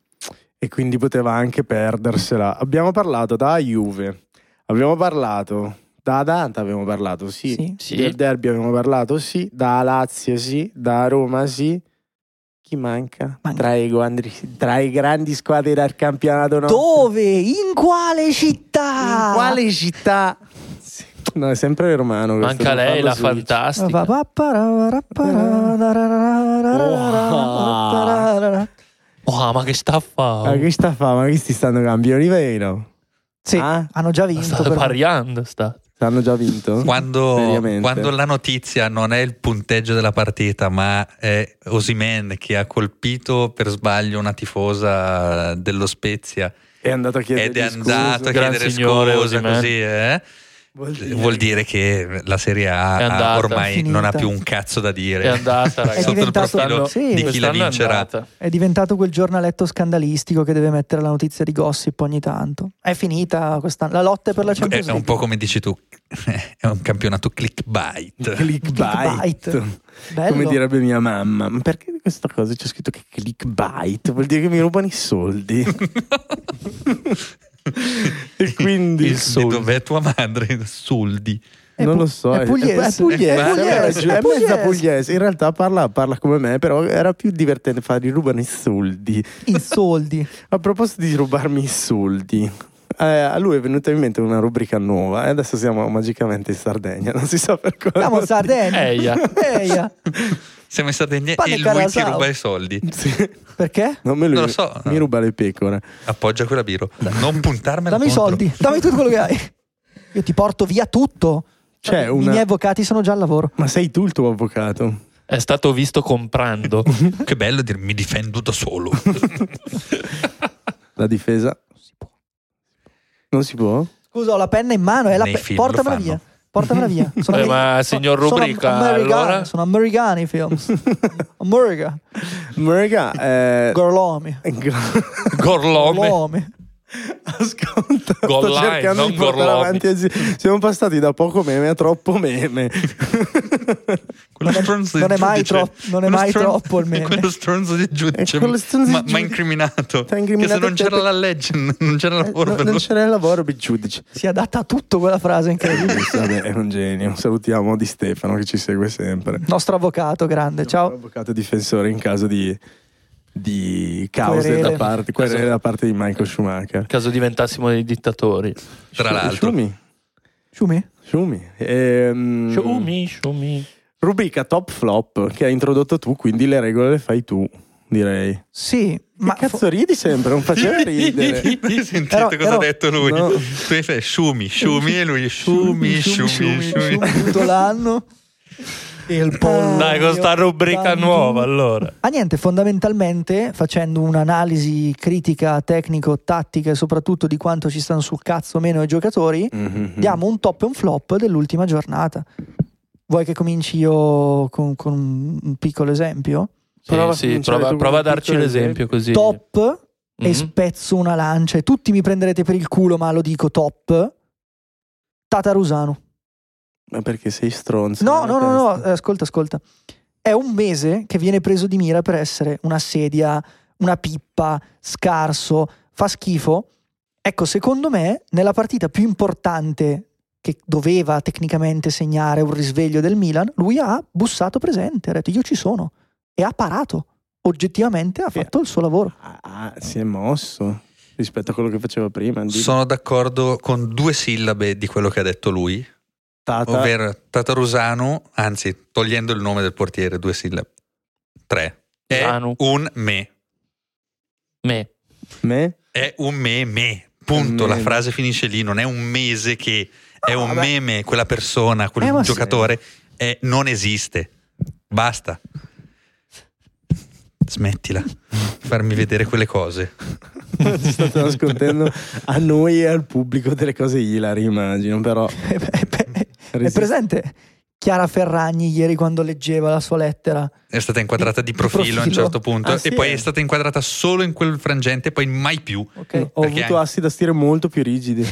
[SPEAKER 1] e quindi poteva anche perdersela. Abbiamo parlato da Juve, abbiamo parlato da Danta, abbiamo parlato, sì.
[SPEAKER 2] sì.
[SPEAKER 4] Sì.
[SPEAKER 1] Del derby abbiamo parlato, sì. Da Lazio, sì. Da Roma, sì. Chi manca?
[SPEAKER 2] Manca.
[SPEAKER 1] Tra, i guandri- tra i grandi squadre del campionato nostro.
[SPEAKER 2] Dove? In quale città?
[SPEAKER 1] In quale città? Sì. No, è sempre romano. questo,
[SPEAKER 4] Manca
[SPEAKER 1] non
[SPEAKER 4] lei
[SPEAKER 1] farlo
[SPEAKER 4] la
[SPEAKER 1] su-
[SPEAKER 2] Ah,
[SPEAKER 4] fantastica. Oh, ma che staffa!
[SPEAKER 2] Ah,
[SPEAKER 1] Ma che sta fa? Ma questi stanno cambiando livello?
[SPEAKER 2] Sì,
[SPEAKER 1] Ah?
[SPEAKER 2] hanno già vinto.
[SPEAKER 4] Sta
[SPEAKER 2] però.
[SPEAKER 4] variando, sta.
[SPEAKER 1] Hanno già vinto?
[SPEAKER 3] Quando,
[SPEAKER 1] Seriamente?
[SPEAKER 3] quando la notizia non è il punteggio della partita, ma è Osimen che ha colpito per sbaglio una tifosa dello Spezia
[SPEAKER 1] È andato a chiedere
[SPEAKER 3] ed è andato a
[SPEAKER 4] Gran
[SPEAKER 3] chiedere
[SPEAKER 4] signore
[SPEAKER 3] scusa,
[SPEAKER 4] Osimhen.
[SPEAKER 3] così, eh? vuol dire che la Serie A
[SPEAKER 4] È andata.
[SPEAKER 3] ormai
[SPEAKER 2] Finita.
[SPEAKER 3] non ha più un cazzo da dire
[SPEAKER 4] È andata, ragazzi.
[SPEAKER 3] sotto il
[SPEAKER 2] diventato-
[SPEAKER 3] Eh. profilo
[SPEAKER 2] sì.
[SPEAKER 3] di chi la
[SPEAKER 4] Quest'anno è
[SPEAKER 3] vincerà.
[SPEAKER 4] andata.
[SPEAKER 2] È diventato quel giornaletto scandalistico che deve mettere la notizia di gossip ogni tanto. È finita quest'anno. La lotta è per la
[SPEAKER 3] È
[SPEAKER 2] Champions
[SPEAKER 3] è un
[SPEAKER 2] League.
[SPEAKER 3] po' come dici tu, è un campionato clickbait.
[SPEAKER 1] Clickbait.
[SPEAKER 2] Clickbait. Bello.
[SPEAKER 1] Come direbbe mia mamma. Ma perché questa cosa c'è scritto che clickbait? Vuol dire che mi rubano i soldi. e quindi...
[SPEAKER 4] Il
[SPEAKER 3] Di
[SPEAKER 4] soldi.
[SPEAKER 3] dov'è tua madre? Soldi.
[SPEAKER 2] È
[SPEAKER 1] non
[SPEAKER 2] pu-
[SPEAKER 1] lo so, eh.
[SPEAKER 2] è pugliese.
[SPEAKER 1] è pugliese,
[SPEAKER 2] È pugliese,
[SPEAKER 1] è giù- è mezza
[SPEAKER 2] è pugliese.
[SPEAKER 1] pugliese. In realtà parla, parla come me, però era più divertente fare i rubano i soldi.
[SPEAKER 2] in soldi.
[SPEAKER 1] A proposito di rubarmi i soldi, eh, a lui è venuta in mente una rubrica nuova e adesso siamo magicamente in Sardegna, non si sa per cosa.
[SPEAKER 2] Siamo in Sardegna.
[SPEAKER 4] Eia.
[SPEAKER 2] Eia.
[SPEAKER 3] Siamo in Sardegna
[SPEAKER 2] Pane
[SPEAKER 3] e lui ti
[SPEAKER 2] Carasau.
[SPEAKER 3] ruba i soldi.
[SPEAKER 1] Sì.
[SPEAKER 2] Perché?
[SPEAKER 1] Non me lo,
[SPEAKER 3] Non lo so.
[SPEAKER 1] Mi ruba le pecore.
[SPEAKER 3] Appoggia quella biro. Non puntarmela
[SPEAKER 2] Dammi i
[SPEAKER 3] contro.
[SPEAKER 2] soldi, dammi tutto quello che hai. Io ti porto via tutto.
[SPEAKER 1] C'è
[SPEAKER 2] I
[SPEAKER 1] Cioè, una-
[SPEAKER 2] miei avvocati sono già al lavoro.
[SPEAKER 1] Ma sei tu il tuo avvocato?
[SPEAKER 4] È stato visto comprando.
[SPEAKER 3] Che bello dire mi difendo da solo.
[SPEAKER 1] La difesa? Non si può?
[SPEAKER 2] Scusa, ho la penna in mano, è la
[SPEAKER 3] Nei
[SPEAKER 2] pe-
[SPEAKER 3] film lo
[SPEAKER 2] portamela
[SPEAKER 3] fanno.
[SPEAKER 2] via. Portamela via. Sono
[SPEAKER 4] Eh,
[SPEAKER 2] ameri-
[SPEAKER 4] ma,
[SPEAKER 2] so-
[SPEAKER 4] signor
[SPEAKER 2] sono
[SPEAKER 4] Rubrica,
[SPEAKER 2] americani,
[SPEAKER 4] allora?
[SPEAKER 2] sono americani i films. America,
[SPEAKER 1] Merga, eh...
[SPEAKER 2] Gorlomi.
[SPEAKER 4] Gorlome.
[SPEAKER 2] Gorlomi.
[SPEAKER 1] Ascolta, sto
[SPEAKER 4] Goal line,
[SPEAKER 1] cercando
[SPEAKER 4] non
[SPEAKER 1] di portare
[SPEAKER 4] goal
[SPEAKER 1] avanti. Siamo passati da poco meme a troppo meme.
[SPEAKER 3] Quello
[SPEAKER 2] Non è-
[SPEAKER 3] stronzo di
[SPEAKER 2] non è mai
[SPEAKER 3] giudice.
[SPEAKER 2] troppo- non è
[SPEAKER 3] Quello
[SPEAKER 2] mai
[SPEAKER 3] stronzo-
[SPEAKER 2] troppo il meme.
[SPEAKER 3] Quello stronzo di giudice.
[SPEAKER 1] Eh, quello stronzo di
[SPEAKER 3] ma, ma
[SPEAKER 1] giudice.
[SPEAKER 3] incriminato.
[SPEAKER 1] T'ha incriminato
[SPEAKER 3] Che se non
[SPEAKER 1] te
[SPEAKER 3] c'era
[SPEAKER 1] per-
[SPEAKER 3] la legge, non c'era
[SPEAKER 1] Eh,
[SPEAKER 3] lavoro.
[SPEAKER 1] no,
[SPEAKER 3] per
[SPEAKER 1] non
[SPEAKER 3] lui.
[SPEAKER 1] c'era il lavoro per il giudice.
[SPEAKER 2] Si adatta a tutto quella frase incredibile.
[SPEAKER 1] Quindi, Vabbè, è un genio. Salutiamo Di Stefano che ci segue sempre.
[SPEAKER 2] Nostro avvocato, grande.
[SPEAKER 1] Un
[SPEAKER 2] Ciao.
[SPEAKER 1] avvocato difensore in caso di, di cause da
[SPEAKER 2] Querele.
[SPEAKER 1] parte, querele
[SPEAKER 3] Esatto.
[SPEAKER 1] da parte di Michael Schumacher.
[SPEAKER 4] Caso diventassimo dei dittatori.
[SPEAKER 3] Tra
[SPEAKER 1] Schu-
[SPEAKER 3] l'altro.
[SPEAKER 1] Schumi.
[SPEAKER 2] Ciumi.
[SPEAKER 1] Schumi. Ehm,
[SPEAKER 4] Sciumi, sciumi.
[SPEAKER 1] Rubrica top flop che hai introdotto tu, quindi le regole le fai tu, direi. Che
[SPEAKER 2] Sì, ma
[SPEAKER 1] cazzo
[SPEAKER 2] fo-
[SPEAKER 1] ridi sempre, non faceva ridere.
[SPEAKER 3] Hai sentito
[SPEAKER 2] Però-
[SPEAKER 3] cosa
[SPEAKER 2] però-
[SPEAKER 3] ha detto lui?
[SPEAKER 1] no.
[SPEAKER 3] Tu hai fatto sciumi, sciumi e lui sciumi, sciumi, sciumi.
[SPEAKER 2] sciumi tutto l'anno. E il pollo.
[SPEAKER 4] Dai, con sta rubrica
[SPEAKER 2] Tanti-
[SPEAKER 4] nuova allora.
[SPEAKER 2] Ah, niente, fondamentalmente facendo un'analisi critica, tecnico, tattica e soprattutto di quanto ci stanno sul cazzo meno i giocatori,
[SPEAKER 1] Mhm.
[SPEAKER 2] diamo un top e un flop dell'ultima giornata. Vuoi che cominci io con, con un piccolo esempio?
[SPEAKER 4] Sì,
[SPEAKER 1] Prova a
[SPEAKER 4] sì,
[SPEAKER 1] cominciare
[SPEAKER 4] prova,
[SPEAKER 1] tu con
[SPEAKER 4] prova a
[SPEAKER 1] un
[SPEAKER 4] darci
[SPEAKER 1] piccolo
[SPEAKER 4] l'esempio così.
[SPEAKER 2] Top
[SPEAKER 4] Mhm.
[SPEAKER 2] e spezzo una lancia e tutti mi prenderete per il culo, ma lo dico top. Tatarusano.
[SPEAKER 1] Ma perché sei stronzo?
[SPEAKER 2] No, no,
[SPEAKER 1] nella
[SPEAKER 2] no, no,
[SPEAKER 1] testa.
[SPEAKER 2] eh, ascolta, ascolta. È un mese che viene preso di mira per essere una sedia, una pippa, scarso, fa schifo. Ecco, secondo me, nella partita più importante che doveva tecnicamente segnare un risveglio del Milan, lui ha bussato presente, ha detto io ci sono e ha parato. Oggettivamente ha
[SPEAKER 1] Sì.
[SPEAKER 2] fatto il suo lavoro.
[SPEAKER 1] Ah, ah, si è mosso rispetto a quello che faceva prima. Di-
[SPEAKER 3] Sono d'accordo con due sillabe di quello che ha detto lui,
[SPEAKER 1] Tata-
[SPEAKER 3] ovvero Tatarusano, anzi, togliendo il nome del portiere, due sillabe. Tre. È
[SPEAKER 4] Zanu.
[SPEAKER 3] un me.
[SPEAKER 4] Me.
[SPEAKER 1] me?
[SPEAKER 3] È un me, me. Punto.
[SPEAKER 1] Un me.
[SPEAKER 3] La frase finisce lì, non è un mese che è
[SPEAKER 2] No,
[SPEAKER 3] un
[SPEAKER 2] vabbè.
[SPEAKER 3] meme, quella persona, quel
[SPEAKER 2] Eh, ma sì.
[SPEAKER 3] giocatore è- non esiste. Basta. Smettila di farmi vedere quelle cose.
[SPEAKER 1] Ci state nascondendo a noi e al pubblico delle cose ilari, immagino, però...
[SPEAKER 2] Eh, beh, beh, È
[SPEAKER 1] resist-
[SPEAKER 2] presente Chiara Ferragni ieri quando leggeva la sua lettera.
[SPEAKER 3] È stata inquadrata di
[SPEAKER 2] Di
[SPEAKER 3] profilo, a un
[SPEAKER 2] profilo.
[SPEAKER 3] certo punto
[SPEAKER 1] Ah,
[SPEAKER 3] e
[SPEAKER 1] sì,
[SPEAKER 3] poi
[SPEAKER 1] eh.
[SPEAKER 3] è stata inquadrata solo in quel frangente e poi mai più.
[SPEAKER 2] Ok.
[SPEAKER 1] Ho
[SPEAKER 3] Perché
[SPEAKER 1] avuto
[SPEAKER 3] anche-
[SPEAKER 1] assi da stire molto più rigidi.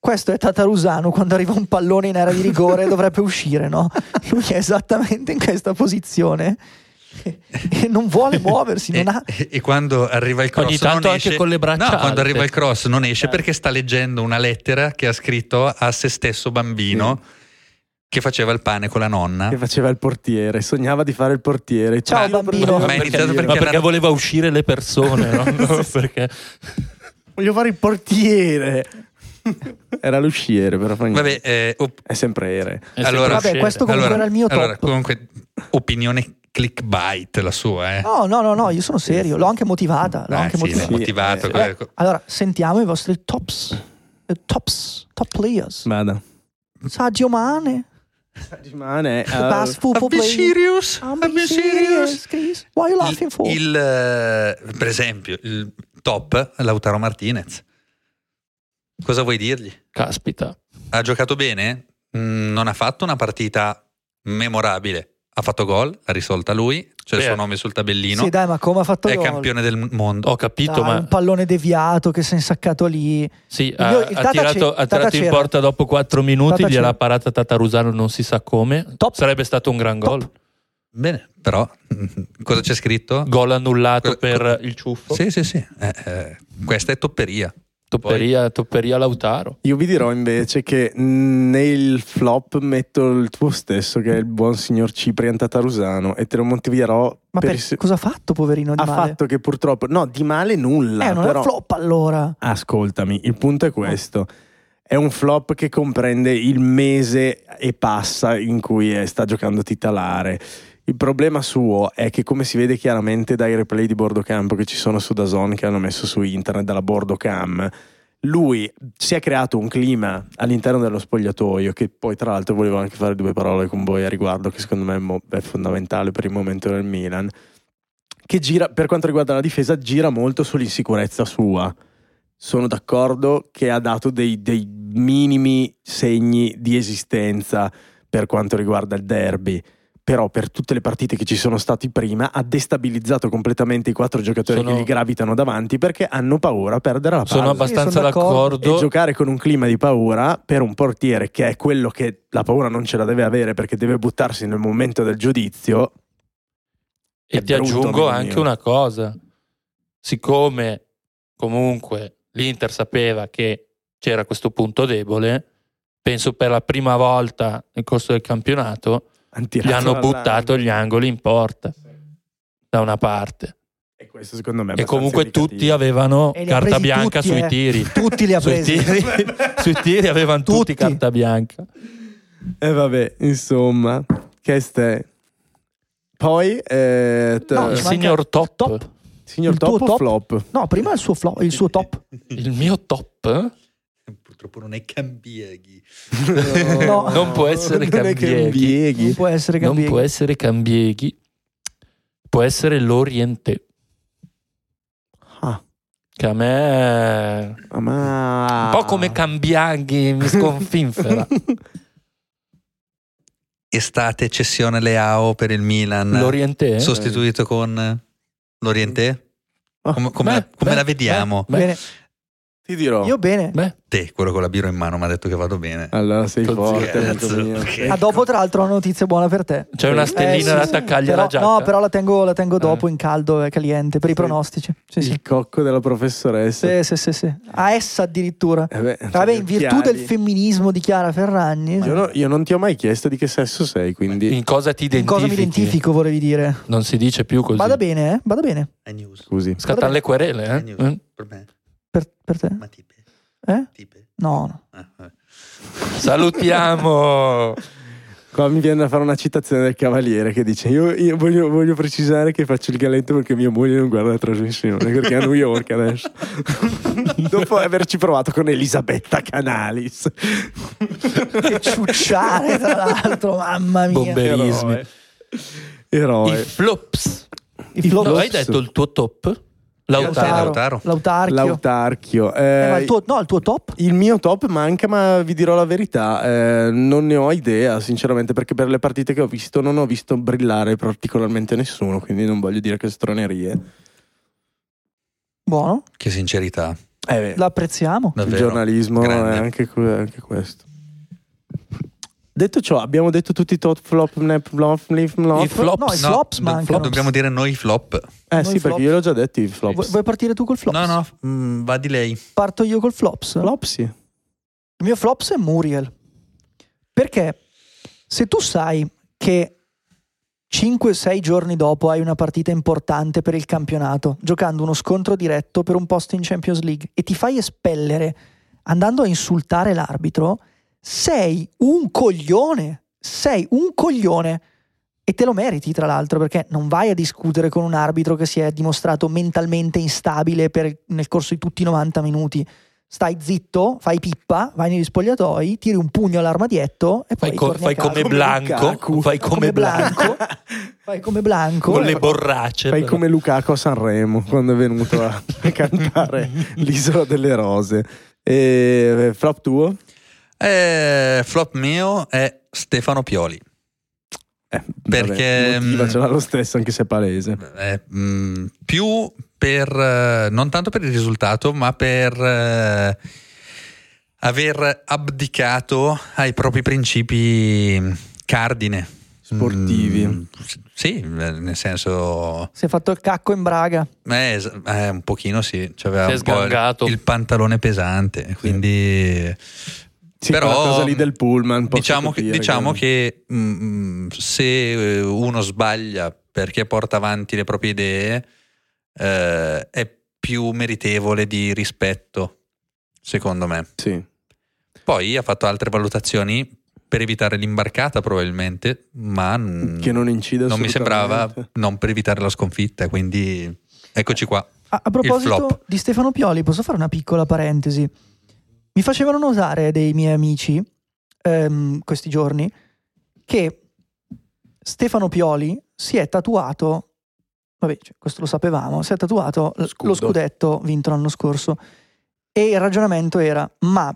[SPEAKER 2] Questo è Tatarusano quando arriva un pallone in area di rigore dovrebbe uscire, no? Lui è esattamente in questa posizione e, e non vuole muoversi,
[SPEAKER 3] E,
[SPEAKER 2] non ha...
[SPEAKER 3] e- e quando arriva il cross
[SPEAKER 4] Ogni tanto
[SPEAKER 3] non
[SPEAKER 4] anche
[SPEAKER 3] esce,
[SPEAKER 4] con le braccia
[SPEAKER 3] no, quando
[SPEAKER 4] alte.
[SPEAKER 3] arriva il cross non esce
[SPEAKER 4] Eh.
[SPEAKER 3] perché sta leggendo una lettera che ha scritto a se stesso bambino che faceva il pane con la nonna
[SPEAKER 4] Ah.
[SPEAKER 1] Che faceva il portiere, sognava di fare il portiere.
[SPEAKER 2] Ciao,
[SPEAKER 1] Tiro per- Ma
[SPEAKER 2] bambino.
[SPEAKER 3] Ma è
[SPEAKER 1] perché-
[SPEAKER 3] iniziato
[SPEAKER 4] Ma
[SPEAKER 3] perché-
[SPEAKER 4] perché voleva uscire le persone, no? No,
[SPEAKER 2] Eh,
[SPEAKER 4] perché
[SPEAKER 1] Voglio fare il portiere. Era l'usciere, però fa niente.
[SPEAKER 3] vabbè eh, op-
[SPEAKER 1] È sempre ere.
[SPEAKER 4] È sempre
[SPEAKER 3] Allora-
[SPEAKER 2] Vabbè,
[SPEAKER 4] uscire.
[SPEAKER 2] questo comunque
[SPEAKER 3] allora,
[SPEAKER 2] era il mio top.
[SPEAKER 3] allora, comunque opinione clickbait la sua eh.
[SPEAKER 2] No, no, no, no, io sono serio, l'ho anche motivata. L'ho
[SPEAKER 3] Eh,
[SPEAKER 2] anche
[SPEAKER 3] sì, Ecco. l'ha
[SPEAKER 2] motivata.
[SPEAKER 1] sì.
[SPEAKER 3] motivato
[SPEAKER 1] Eh,
[SPEAKER 3] que-
[SPEAKER 2] Allora, sentiamo i vostri tops, eh, tops, top players.
[SPEAKER 1] Vada.
[SPEAKER 2] Saggio Mane.
[SPEAKER 1] Rimane. eh,
[SPEAKER 2] Bas football
[SPEAKER 3] Be
[SPEAKER 2] player.
[SPEAKER 3] serious,
[SPEAKER 2] I'm
[SPEAKER 3] be
[SPEAKER 2] being serious, Chris. Why are you laughing for?
[SPEAKER 3] Il, il, eh, per esempio, il top Lautaro Martinez. Cosa vuoi dirgli?
[SPEAKER 4] Caspita.
[SPEAKER 3] Ha giocato bene? Mm, Non ha fatto una partita memorabile. Ha fatto gol, l'ha risolta lui, c'è il
[SPEAKER 4] Beh.
[SPEAKER 3] suo nome sul tabellino.
[SPEAKER 2] Sì, dai, ma come ha fatto
[SPEAKER 3] è
[SPEAKER 2] gol?
[SPEAKER 3] campione del mondo.
[SPEAKER 4] Ho capito,
[SPEAKER 2] Dai,
[SPEAKER 4] ma
[SPEAKER 2] un pallone deviato che si è insaccato lì.
[SPEAKER 4] sì,
[SPEAKER 2] Io-
[SPEAKER 4] ha,
[SPEAKER 2] il
[SPEAKER 4] ha
[SPEAKER 2] Tata
[SPEAKER 4] tirato,
[SPEAKER 2] c'è-
[SPEAKER 4] ha
[SPEAKER 2] Tata
[SPEAKER 4] tirato in
[SPEAKER 2] c'era.
[SPEAKER 4] porta dopo 4 minuti,
[SPEAKER 2] Tata
[SPEAKER 4] gliel'ha
[SPEAKER 2] c'era.
[SPEAKER 4] parata Tatarusano non si sa come.
[SPEAKER 2] Top.
[SPEAKER 4] Sarebbe stato un gran
[SPEAKER 2] Top.
[SPEAKER 4] gol.
[SPEAKER 3] Bene, però mm, cosa c'è scritto?
[SPEAKER 4] Gol annullato
[SPEAKER 3] Que-
[SPEAKER 4] per il ciuffo.
[SPEAKER 3] Sì, sì, sì. Eh, eh, questa è topperia.
[SPEAKER 4] Topperia, topperia Lautaro.
[SPEAKER 1] eh, Io vi dirò invece che nel flop metto il tuo stesso, che è il buon signor Ciprian Tatarusano, e te lo motiverò
[SPEAKER 2] Ma
[SPEAKER 1] per
[SPEAKER 2] per-
[SPEAKER 1] il-
[SPEAKER 2] cosa ha fatto, poverino? Di
[SPEAKER 1] ha
[SPEAKER 2] male?
[SPEAKER 1] fatto che purtroppo. No, di male nulla.
[SPEAKER 2] eh, non è
[SPEAKER 1] però...
[SPEAKER 2] un flop allora.
[SPEAKER 1] Ascoltami, il punto è questo. È un flop che comprende il mese e passa in cui eh, sta giocando titolare. Il problema suo è che, come si vede chiaramente dai replay di Bordocampo che ci sono su Dazon, che hanno messo su internet dalla Bordocam, lui si è creato un clima all'interno dello spogliatoio. Che poi, tra l'altro, volevo anche fare due parole con voi a riguardo, che secondo me è mo- è fondamentale per il momento del Milan. Che gira, per quanto riguarda la difesa, gira molto sull'insicurezza sua sono d'accordo che ha dato dei, dei minimi segni di esistenza per quanto riguarda il derby. Però per tutte le partite che ci sono stati prima ha destabilizzato completamente i quattro giocatori
[SPEAKER 4] Sono-
[SPEAKER 1] che gli gravitano davanti perche hanno paura a perdere la palla.
[SPEAKER 4] Sono abbastanza
[SPEAKER 2] Ah, sono d'accordo.
[SPEAKER 4] d'accordo.
[SPEAKER 1] E giocare con un clima di paura per un portiere che è quello che la paura non ce la deve avere perché deve buttarsi nel momento del giudizio.
[SPEAKER 4] E
[SPEAKER 1] È
[SPEAKER 4] ti
[SPEAKER 1] brutto,
[SPEAKER 4] aggiungo
[SPEAKER 1] amico
[SPEAKER 4] anche
[SPEAKER 1] mio.
[SPEAKER 4] una cosa, siccome comunque l'Inter sapeva che c'era questo punto debole, penso per la prima volta nel corso del campionato gli hanno buttato gli angoli in porta da una parte
[SPEAKER 1] E questo secondo me è
[SPEAKER 4] e comunque
[SPEAKER 1] abbastanza
[SPEAKER 4] tutti avevano
[SPEAKER 2] E li ha
[SPEAKER 4] carta
[SPEAKER 2] presi
[SPEAKER 4] bianca
[SPEAKER 2] tutti,
[SPEAKER 4] sui
[SPEAKER 2] eh.
[SPEAKER 4] tiri.
[SPEAKER 2] Tutti li ha
[SPEAKER 4] Sui
[SPEAKER 2] presi.
[SPEAKER 4] tiri, sui tiri avevano tutti.
[SPEAKER 2] Tutti.
[SPEAKER 4] carta bianca.
[SPEAKER 1] E vabbè, insomma, che ste. Poi, eh, t-
[SPEAKER 2] No,
[SPEAKER 4] il
[SPEAKER 2] ci manca
[SPEAKER 4] signor top,
[SPEAKER 2] top.
[SPEAKER 1] signor
[SPEAKER 2] il
[SPEAKER 1] top
[SPEAKER 2] tuo
[SPEAKER 1] o
[SPEAKER 2] top?
[SPEAKER 1] flop?
[SPEAKER 2] No, prima il suo, flop, il suo top.
[SPEAKER 4] il mio top,
[SPEAKER 3] Purtroppo non è Cambieghi.
[SPEAKER 2] No.
[SPEAKER 4] Non può essere
[SPEAKER 1] Non è
[SPEAKER 4] Cambieghi.
[SPEAKER 2] Non
[SPEAKER 1] Cambieghi.
[SPEAKER 2] può essere
[SPEAKER 4] non
[SPEAKER 2] Gambieri.
[SPEAKER 4] può essere Cambieghi, può essere l'Oriente,
[SPEAKER 1] Ah,
[SPEAKER 4] che a me
[SPEAKER 1] ma...
[SPEAKER 2] Ah.
[SPEAKER 4] un po' come Cambiaghi mi sconfinfera.
[SPEAKER 3] Estate, cessione Leao per il Milan.
[SPEAKER 4] L'Oriente? eh?
[SPEAKER 3] Sostituito con l'Oriente?
[SPEAKER 1] Ah,
[SPEAKER 3] Come, come
[SPEAKER 4] beh,
[SPEAKER 3] la, come
[SPEAKER 4] beh,
[SPEAKER 3] la vediamo?
[SPEAKER 4] beh,
[SPEAKER 2] Bene.
[SPEAKER 1] Ti dirò.
[SPEAKER 2] Io bene.
[SPEAKER 4] Beh,
[SPEAKER 3] Te, quello con la birra in mano, mi ha detto che vado bene.
[SPEAKER 2] Eh.
[SPEAKER 1] Allora sei
[SPEAKER 4] Cazzo,
[SPEAKER 1] forte, amico
[SPEAKER 3] cazzo,
[SPEAKER 1] mio.
[SPEAKER 3] ok.
[SPEAKER 2] Ah, dopo, tra l'altro, ho una notizia buona per te.
[SPEAKER 4] c'è una
[SPEAKER 2] Eh, sì,
[SPEAKER 4] stellina da
[SPEAKER 2] sì.
[SPEAKER 4] attaccargli
[SPEAKER 2] Però-
[SPEAKER 4] alla giacca. Eh.
[SPEAKER 2] No, però la tengo, la tengo dopo in caldo e caliente per i
[SPEAKER 1] Sì.
[SPEAKER 2] pronostici. Sì, sì.
[SPEAKER 1] Il cocco della professoressa.
[SPEAKER 2] Sì, sì, sì, sì. A essa addirittura.
[SPEAKER 1] Eh beh,
[SPEAKER 2] Vabbè, in
[SPEAKER 1] gli
[SPEAKER 2] virtù
[SPEAKER 1] occhiali.
[SPEAKER 2] del femminismo di Chiara Ferragni.
[SPEAKER 1] Io, no- io non ti ho mai chiesto di che sesso sei, quindi...
[SPEAKER 4] In cosa ti
[SPEAKER 2] in
[SPEAKER 4] identifichi?
[SPEAKER 2] cosa mi identifico, volevi dire?
[SPEAKER 4] Non si dice più così.
[SPEAKER 2] Vada bene, eh? Vada bene.
[SPEAKER 3] È news.
[SPEAKER 1] Scusi.
[SPEAKER 4] Scattare le querele, eh?
[SPEAKER 3] È news.
[SPEAKER 4] Eh?
[SPEAKER 3] Per me.
[SPEAKER 2] Per, per te?
[SPEAKER 3] Ma tipe.
[SPEAKER 2] Eh?
[SPEAKER 3] tipe.
[SPEAKER 2] No, no.
[SPEAKER 3] Ah, vabbè.
[SPEAKER 4] Salutiamo.
[SPEAKER 1] Qua mi viene da fare una citazione del Cavaliere che dice: Io, io voglio, voglio precisare che faccio il galetto perché mia moglie non guarda la trasmissione perché è a New York adesso. Dopo averci provato con Elisabetta Canalis,
[SPEAKER 2] Che ciucciare, tra l'altro, mamma mia.
[SPEAKER 4] Bomberismi.
[SPEAKER 1] Eroe. Eroe.
[SPEAKER 4] I flops.
[SPEAKER 2] I flop.
[SPEAKER 4] No, hai detto il tuo top?
[SPEAKER 3] Lautaro.
[SPEAKER 4] Lautaro.
[SPEAKER 2] L'autarchio.
[SPEAKER 1] L'autarchio. Eh,
[SPEAKER 2] Eh, ma il tuo, no, il tuo top?
[SPEAKER 1] Il mio top manca, ma vi dirò la verità, eh, non ne ho idea, sinceramente, perché per le partite che ho visto non ho visto brillare particolarmente nessuno, quindi non voglio dire che stronerie.
[SPEAKER 2] Buono,
[SPEAKER 3] Che sincerità.
[SPEAKER 1] Eh, beh.
[SPEAKER 2] l'apprezziamo.
[SPEAKER 3] Davvero.
[SPEAKER 1] Il giornalismo
[SPEAKER 3] Grande.
[SPEAKER 1] è anche, que- anche questo. Detto ciò, abbiamo detto tutti i tot flop, nap, flop, leaf, flop.
[SPEAKER 4] I flops.
[SPEAKER 2] No, i flops
[SPEAKER 3] do-
[SPEAKER 2] mancano.
[SPEAKER 3] dobbiamo dire noi flop.
[SPEAKER 1] eh
[SPEAKER 2] noi
[SPEAKER 1] sì,
[SPEAKER 2] flop.
[SPEAKER 1] perché io l'ho già detto i
[SPEAKER 2] Vu-
[SPEAKER 1] flops.
[SPEAKER 2] Vuoi partire tu col flops?
[SPEAKER 3] No, no, mm, va di lei.
[SPEAKER 2] Parto io col flops.
[SPEAKER 1] Flop sì.
[SPEAKER 2] Il mio flops è Muriel. Perché se tu sai che 5-6 giorni dopo hai una partita importante per il campionato, giocando uno scontro diretto per un posto in Champions League e ti fai espellere andando a insultare l'arbitro, sei un coglione, sei un coglione e te lo meriti tra l'altro perché non vai a discutere con un arbitro che si è dimostrato mentalmente instabile per- nel corso di tutti i 90 minuti stai zitto, fai pippa, vai negli spogliatoi, tiri un pugno all'armadietto e poi
[SPEAKER 4] Fai, co-
[SPEAKER 2] torni a
[SPEAKER 4] fai
[SPEAKER 2] casa.
[SPEAKER 4] come
[SPEAKER 1] Come
[SPEAKER 4] Blanco,
[SPEAKER 1] Lukaku.
[SPEAKER 4] fai come,
[SPEAKER 2] Come
[SPEAKER 4] Blanco,
[SPEAKER 2] Blanco, fai come Blanco.
[SPEAKER 4] con le borracce.
[SPEAKER 1] Fai
[SPEAKER 4] però.
[SPEAKER 1] come Lukaku a Sanremo quando è venuto a cantare l'isola delle rose. E, flop tuo?
[SPEAKER 3] Eh, flop mio è Stefano Pioli.
[SPEAKER 1] Eh,
[SPEAKER 3] Perché, mm,
[SPEAKER 1] vabbè, motivacela lo stesso, anche se è palese.
[SPEAKER 3] Eh, mh, più per eh, non tanto per il risultato, ma per eh, aver abdicato ai propri principi mh, cardine
[SPEAKER 1] Sportivi.
[SPEAKER 3] Mm, s- sì, eh, nel senso
[SPEAKER 2] Si è fatto il cacco in Braga.
[SPEAKER 3] eh, es- eh, un pochino sì, c'aveva
[SPEAKER 4] Si è
[SPEAKER 3] un po'
[SPEAKER 4] sgangato.
[SPEAKER 3] il, il pantalone pesante, quindi
[SPEAKER 1] Sì,
[SPEAKER 3] Però,
[SPEAKER 1] quella cosa lì del pullman. posso
[SPEAKER 3] diciamo, che,
[SPEAKER 1] capire,
[SPEAKER 3] diciamo
[SPEAKER 1] quindi.
[SPEAKER 3] che mm, se eh, uno sbaglia perché porta avanti le proprie idee, eh, è più meritevole di rispetto, secondo me.
[SPEAKER 1] Sì.
[SPEAKER 3] Poi ha fatto altre valutazioni per evitare l'imbarcata, probabilmente, ma mm,
[SPEAKER 1] Che non incide
[SPEAKER 3] non mi sembrava
[SPEAKER 1] assolutamente.
[SPEAKER 3] non per evitare la sconfitta. Quindi eccoci qua.
[SPEAKER 2] A, a proposito
[SPEAKER 3] flop.
[SPEAKER 2] di Stefano Pioli, posso fare una piccola parentesi? Mi facevano notare dei miei amici ehm, questi giorni che Stefano Pioli si è tatuato, vabbè, cioè, questo lo sapevamo, si è tatuato l-
[SPEAKER 1] Scudo.
[SPEAKER 2] lo scudetto vinto l'anno scorso e il ragionamento era, ma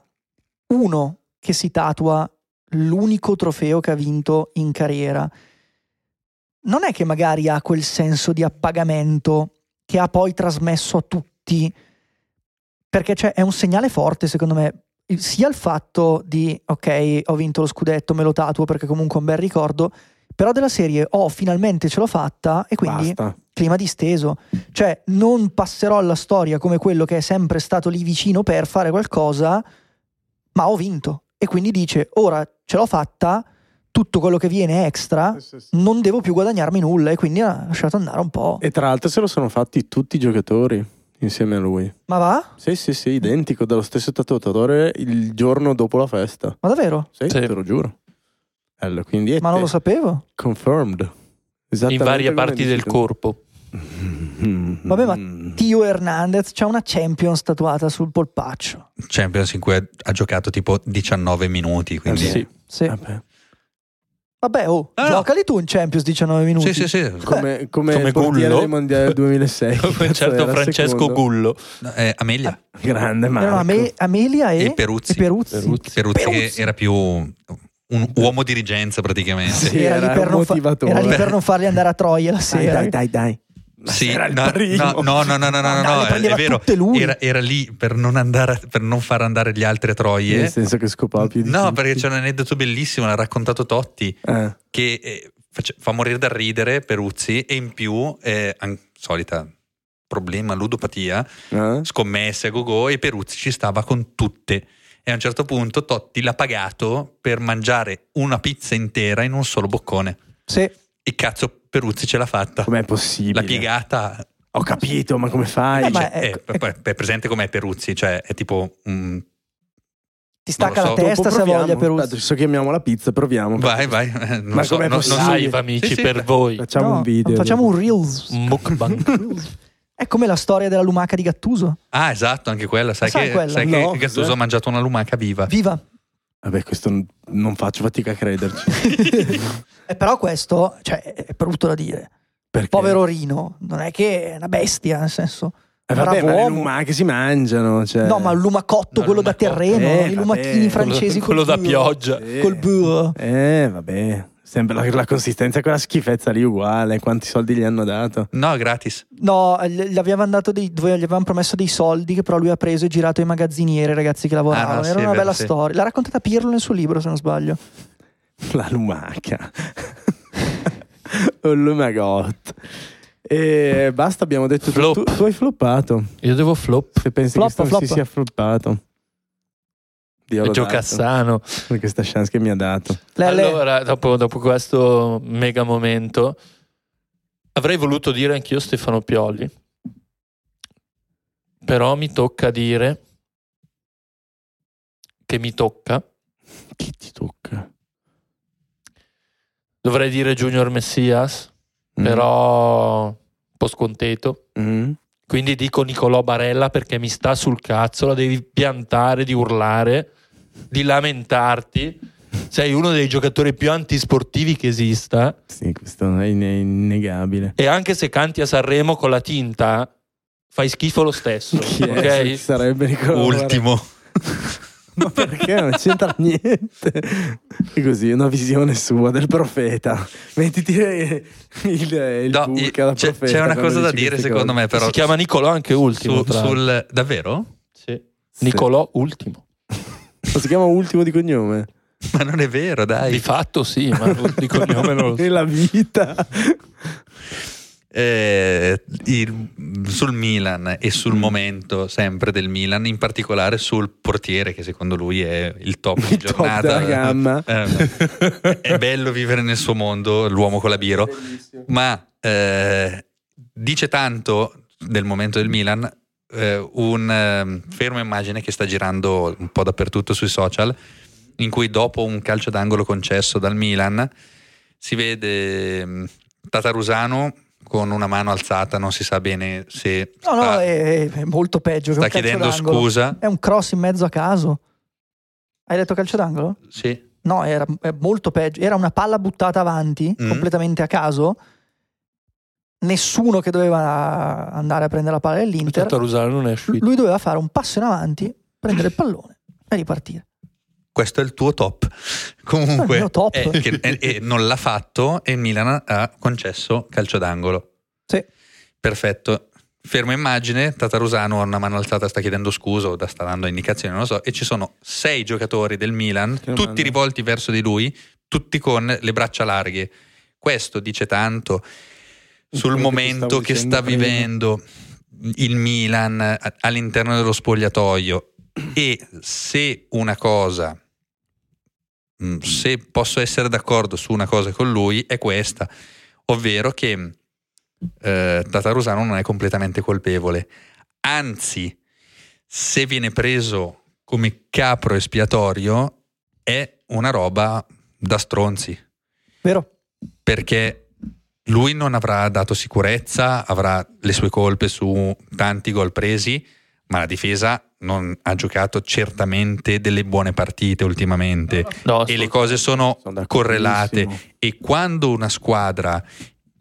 [SPEAKER 2] uno che si tatua l'unico trofeo che ha vinto in carriera, non è che magari ha quel senso di appagamento che ha poi trasmesso a tutti, perché c'è- è un segnale forte secondo me, Il- sia il fatto di ok ho vinto lo scudetto, me lo tatuo perché comunque è un bel ricordo, però della serie oh finalmente ce l'ho fatta e quindi
[SPEAKER 1] Basta.
[SPEAKER 2] clima disteso, cioè non passerò alla storia come quello che è sempre stato lì vicino per fare qualcosa, ma ho vinto e quindi dice ora ce l'ho fatta, tutto quello che viene extra non devo più guadagnarmi nulla e quindi ha lasciato andare un po'.
[SPEAKER 1] E tra l'altro se lo sono fatti tutti i giocatori insieme a lui.
[SPEAKER 2] Ma va?
[SPEAKER 1] Sì, sì, sì, identico, dallo stesso tatuatore il giorno dopo la festa.
[SPEAKER 2] Ma davvero?
[SPEAKER 1] Sì,
[SPEAKER 4] Sì.
[SPEAKER 1] te lo giuro. Allora, quindi è
[SPEAKER 2] Ma non lo sapevo.
[SPEAKER 1] confirmed.
[SPEAKER 4] in
[SPEAKER 1] Esattamente
[SPEAKER 4] varie
[SPEAKER 1] come
[SPEAKER 4] parti
[SPEAKER 1] dici
[SPEAKER 4] del
[SPEAKER 1] tu.
[SPEAKER 4] corpo.
[SPEAKER 1] Vabbè,
[SPEAKER 2] Vabbè, ma Tio Hernandez c'ha una Champions tatuata sul polpaccio.
[SPEAKER 3] Champions in cui ha giocato tipo 19 minuti. Quindi...
[SPEAKER 1] Eh,
[SPEAKER 4] Sì.
[SPEAKER 2] Sì.
[SPEAKER 1] Vabbè.
[SPEAKER 2] Vabbè, oh,
[SPEAKER 3] Ah, no.
[SPEAKER 2] giocali tu in Champions 19 minuti.
[SPEAKER 3] Sì, sì, sì.
[SPEAKER 1] Come, come,
[SPEAKER 4] Come
[SPEAKER 1] portiere
[SPEAKER 4] Gullo.
[SPEAKER 1] dei mondiali 2006.
[SPEAKER 4] Come un
[SPEAKER 1] Eh, Cazzo,
[SPEAKER 4] certo
[SPEAKER 1] era
[SPEAKER 4] Francesco
[SPEAKER 1] secondo.
[SPEAKER 4] Gullo.
[SPEAKER 3] Eh, Amelia
[SPEAKER 1] Ah, Grande
[SPEAKER 2] Erano
[SPEAKER 1] Marco.
[SPEAKER 2] Ame- Amelia e,
[SPEAKER 3] E Peruzzi.
[SPEAKER 2] eh? e Peruzzi.
[SPEAKER 4] Peruzzi.
[SPEAKER 3] Peruzzi,
[SPEAKER 2] Peruzzi.
[SPEAKER 3] che era più un uomo dirigenza praticamente.
[SPEAKER 1] Sì,
[SPEAKER 2] Era,
[SPEAKER 1] era
[SPEAKER 2] lì per
[SPEAKER 1] un
[SPEAKER 2] non fa-
[SPEAKER 1] motivatore.
[SPEAKER 2] era lì per non farli andare a Troia la
[SPEAKER 1] Dai,
[SPEAKER 2] sera.
[SPEAKER 1] dai, dai, dai. La
[SPEAKER 3] Sì,
[SPEAKER 1] sera il
[SPEAKER 3] no,
[SPEAKER 1] primo.
[SPEAKER 3] no, no, no, no, no,
[SPEAKER 2] No,
[SPEAKER 3] no, no,
[SPEAKER 2] le
[SPEAKER 3] è,
[SPEAKER 2] prendeva
[SPEAKER 3] è vero,
[SPEAKER 2] tutte lui.
[SPEAKER 3] Era, era lì per non, andare, per non far andare gli altri a
[SPEAKER 1] Nel
[SPEAKER 3] troie.
[SPEAKER 1] senso che scopava più di
[SPEAKER 3] No,
[SPEAKER 1] tutti.
[SPEAKER 3] perché c'è un aneddoto bellissimo, l'ha raccontato Totti,
[SPEAKER 1] Eh,
[SPEAKER 3] che eh, face- fa morire da ridere Peruzzi e in più, eh, an- solita problema, ludopatia,
[SPEAKER 1] eh?
[SPEAKER 3] scommesse a gogo e Peruzzi ci stava con tutte. E a un certo punto Totti l'ha pagato per mangiare una pizza intera in un solo boccone.
[SPEAKER 2] Sì. Eh,
[SPEAKER 3] E cazzo, Peruzzi ce l'ha fatta.
[SPEAKER 1] Com'è possibile?
[SPEAKER 3] L'ha piegata
[SPEAKER 1] Ho capito, ma come fai?
[SPEAKER 2] Eh, ma-
[SPEAKER 3] cioè, è,
[SPEAKER 2] ecco,
[SPEAKER 3] è- è presente com'è Peruzzi, cioè è tipo mm,
[SPEAKER 2] Ti stacca
[SPEAKER 3] Non
[SPEAKER 2] la
[SPEAKER 3] lo so.
[SPEAKER 2] testa se
[SPEAKER 1] proviamo.
[SPEAKER 2] voglia
[SPEAKER 1] Aspetta,
[SPEAKER 2] Peruzzi.
[SPEAKER 1] adesso chiamiamo la pizza, proviamo.
[SPEAKER 3] vai, vai, eh, non
[SPEAKER 1] Ma
[SPEAKER 3] so,
[SPEAKER 1] com'è
[SPEAKER 3] non- non so-
[SPEAKER 1] possibile?
[SPEAKER 4] Live, amici,
[SPEAKER 3] Sì, sì,
[SPEAKER 4] per
[SPEAKER 3] beh.
[SPEAKER 4] voi.
[SPEAKER 1] Facciamo
[SPEAKER 2] No,
[SPEAKER 1] un video.
[SPEAKER 2] Facciamo un reels.
[SPEAKER 4] Un mukbang.
[SPEAKER 2] È come la storia della lumaca di Gattuso.
[SPEAKER 3] Ah, esatto, anche quella. Sai,
[SPEAKER 2] Sai
[SPEAKER 3] che,
[SPEAKER 2] quella?
[SPEAKER 3] sai
[SPEAKER 1] No,
[SPEAKER 3] che Gattuso
[SPEAKER 1] cos'è?
[SPEAKER 3] ha mangiato una lumaca viva.
[SPEAKER 2] Viva!
[SPEAKER 1] Vabbè, questo n- non faccio fatica a crederci.
[SPEAKER 2] Eh, però questo, cioè, è brutto da dire.
[SPEAKER 1] Perché?
[SPEAKER 2] Povero Rino, non è che è una bestia, nel senso.
[SPEAKER 1] Eh, vabbè,
[SPEAKER 2] bravo
[SPEAKER 1] ma le
[SPEAKER 2] uomo.
[SPEAKER 1] luma che si mangiano. Cioè.
[SPEAKER 2] No, ma il lumacotto,
[SPEAKER 3] No,
[SPEAKER 2] quello
[SPEAKER 3] il
[SPEAKER 2] da
[SPEAKER 3] lumacotto.
[SPEAKER 2] terreno,
[SPEAKER 1] Eh, vabbè.
[SPEAKER 2] i lumacchini francesi
[SPEAKER 4] quello, quello
[SPEAKER 2] col
[SPEAKER 4] da
[SPEAKER 2] burro.
[SPEAKER 4] pioggia.
[SPEAKER 1] Sì.
[SPEAKER 2] Col burro.
[SPEAKER 1] Eh, vabbè. Sempre la, la consistenza è quella schifezza lì uguale. Quanti soldi gli hanno dato?
[SPEAKER 3] No, gratis.
[SPEAKER 2] No, eh, gli gli avevamo, dato dei, dove gli avevamo promesso dei soldi che però lui ha preso e girato ai magazzinieri, ai ragazzi che lavoravano.
[SPEAKER 3] Ah, no, sì,
[SPEAKER 2] Era
[SPEAKER 3] è
[SPEAKER 2] una
[SPEAKER 3] vero,
[SPEAKER 2] bella
[SPEAKER 3] sì.
[SPEAKER 2] storia. L'ha raccontata Pirlo nel suo libro, se non sbaglio.
[SPEAKER 1] La lumaca. Un lumagot. E basta, abbiamo detto
[SPEAKER 4] Flop.
[SPEAKER 1] tutto. Tu, tu hai floppato.
[SPEAKER 4] Io devo flop.
[SPEAKER 1] Se pensi
[SPEAKER 2] Flop,
[SPEAKER 1] che Stan
[SPEAKER 2] flop.
[SPEAKER 1] si sia floppato. Dio l'ho
[SPEAKER 4] Gio
[SPEAKER 1] dato,
[SPEAKER 4] Cassano.
[SPEAKER 1] per questa chance che mi ha dato.
[SPEAKER 2] Lele,
[SPEAKER 4] Allora, dopo, dopo questo mega momento, avrei voluto dire anch'io Stefano Pioli, però mi tocca dire che mi tocca,
[SPEAKER 1] Chi ti tocca?
[SPEAKER 4] dovrei dire Junior Messias,
[SPEAKER 1] Mm.
[SPEAKER 4] però un po' scontento,
[SPEAKER 1] Mm.
[SPEAKER 4] Quindi dico Nicolò Barella perché mi sta sul cazzo, la devi piantare, di urlare, di lamentarti. Sei uno dei giocatori più antisportivi che esista.
[SPEAKER 1] Sì, questo è inne- innegabile.
[SPEAKER 4] E anche se canti a Sanremo con la tinta, fai schifo lo stesso.
[SPEAKER 1] Chi è? Chi
[SPEAKER 4] ok?
[SPEAKER 1] Sarebbe Nicolò
[SPEAKER 3] Ultimo.
[SPEAKER 1] Ma perché non c'entra niente? È così, è una visione sua del profeta. Mettiti eh, il, il
[SPEAKER 3] No, i-
[SPEAKER 1] buca da
[SPEAKER 3] c'è,
[SPEAKER 1] profeta.
[SPEAKER 3] c'è una
[SPEAKER 1] quando
[SPEAKER 3] cosa da
[SPEAKER 1] dici
[SPEAKER 3] dire
[SPEAKER 1] queste
[SPEAKER 3] secondo
[SPEAKER 1] cose.
[SPEAKER 3] me però.
[SPEAKER 4] si chiama Nicolò anche ultimo.
[SPEAKER 3] Su-
[SPEAKER 4] tra l'altro.
[SPEAKER 3] sul- davvero?
[SPEAKER 4] Sì.
[SPEAKER 1] Sì.
[SPEAKER 4] Nicolò ultimo.
[SPEAKER 1] Ma si chiama ultimo di cognome.
[SPEAKER 3] Ma non è vero, dai.
[SPEAKER 4] Di fatto sì, ma di cognome non lo so.
[SPEAKER 1] Nella vita.
[SPEAKER 3] Eh, il- sul Milan e
[SPEAKER 1] Mm.
[SPEAKER 3] sul momento sempre del Milan, in particolare sul portiere che secondo lui è il top di
[SPEAKER 1] Il top
[SPEAKER 3] giornata.
[SPEAKER 1] della gamma.
[SPEAKER 3] Eh, è bello vivere nel suo mondo, l'uomo colabiro, ma eh, dice tanto del momento del Milan eh, un ehm, fermo immagine che sta girando un po' dappertutto sui social in cui dopo un calcio d'angolo concesso dal Milan si vede mh, Tatarusano con una mano alzata, non si sa bene se
[SPEAKER 2] No, no,
[SPEAKER 3] sta,
[SPEAKER 2] è, è molto peggio. Che
[SPEAKER 3] Ah. sta
[SPEAKER 2] un calcio
[SPEAKER 3] chiedendo
[SPEAKER 2] d'angolo.
[SPEAKER 3] scusa.
[SPEAKER 2] È un cross in mezzo a caso. Hai detto calcio d'angolo?
[SPEAKER 3] Sì.
[SPEAKER 2] No, era è molto peggio. Era una palla buttata avanti,
[SPEAKER 3] Mm.
[SPEAKER 2] completamente a caso. Nessuno che doveva andare a prendere la palla dell'Inter.
[SPEAKER 4] Tarusano non è uscito.
[SPEAKER 2] Lui doveva fare un passo in avanti, prendere il pallone e ripartire.
[SPEAKER 3] Questo è il tuo top.
[SPEAKER 2] È
[SPEAKER 3] Comunque,
[SPEAKER 2] il mio top.
[SPEAKER 3] è che- è- è- non l'ha fatto e il Milan ha concesso calcio d'angolo.
[SPEAKER 2] Sì.
[SPEAKER 3] Perfetto. Ferma immagine, Tatarusano ha una mano alzata, sta chiedendo scusa o da- sta dando indicazioni, non lo so. E ci sono sei giocatori del Milan,
[SPEAKER 1] Che lo
[SPEAKER 3] tutti
[SPEAKER 1] mandano.
[SPEAKER 3] rivolti verso di lui, tutti con le braccia larghe. Questo dice tanto sul
[SPEAKER 1] Quello che ti
[SPEAKER 3] momento
[SPEAKER 1] stavo
[SPEAKER 3] che
[SPEAKER 1] dicendo
[SPEAKER 3] sta
[SPEAKER 1] prima.
[SPEAKER 3] vivendo il Milan a- all'interno dello spogliatoio. E se una cosa Mm, se posso essere d'accordo su una cosa con lui è questa, ovvero che eh, Tatarusano non è completamente colpevole, anzi se viene preso come capro espiatorio è una roba da stronzi
[SPEAKER 2] Vero?
[SPEAKER 3] perché lui non avrà dato sicurezza, avrà le sue colpe su tanti gol presi, ma la difesa non ha giocato certamente delle buone partite ultimamente
[SPEAKER 4] No,
[SPEAKER 3] e le cose sono
[SPEAKER 1] Sono
[SPEAKER 3] correlate
[SPEAKER 1] d'accordissimo.
[SPEAKER 3] e quando una squadra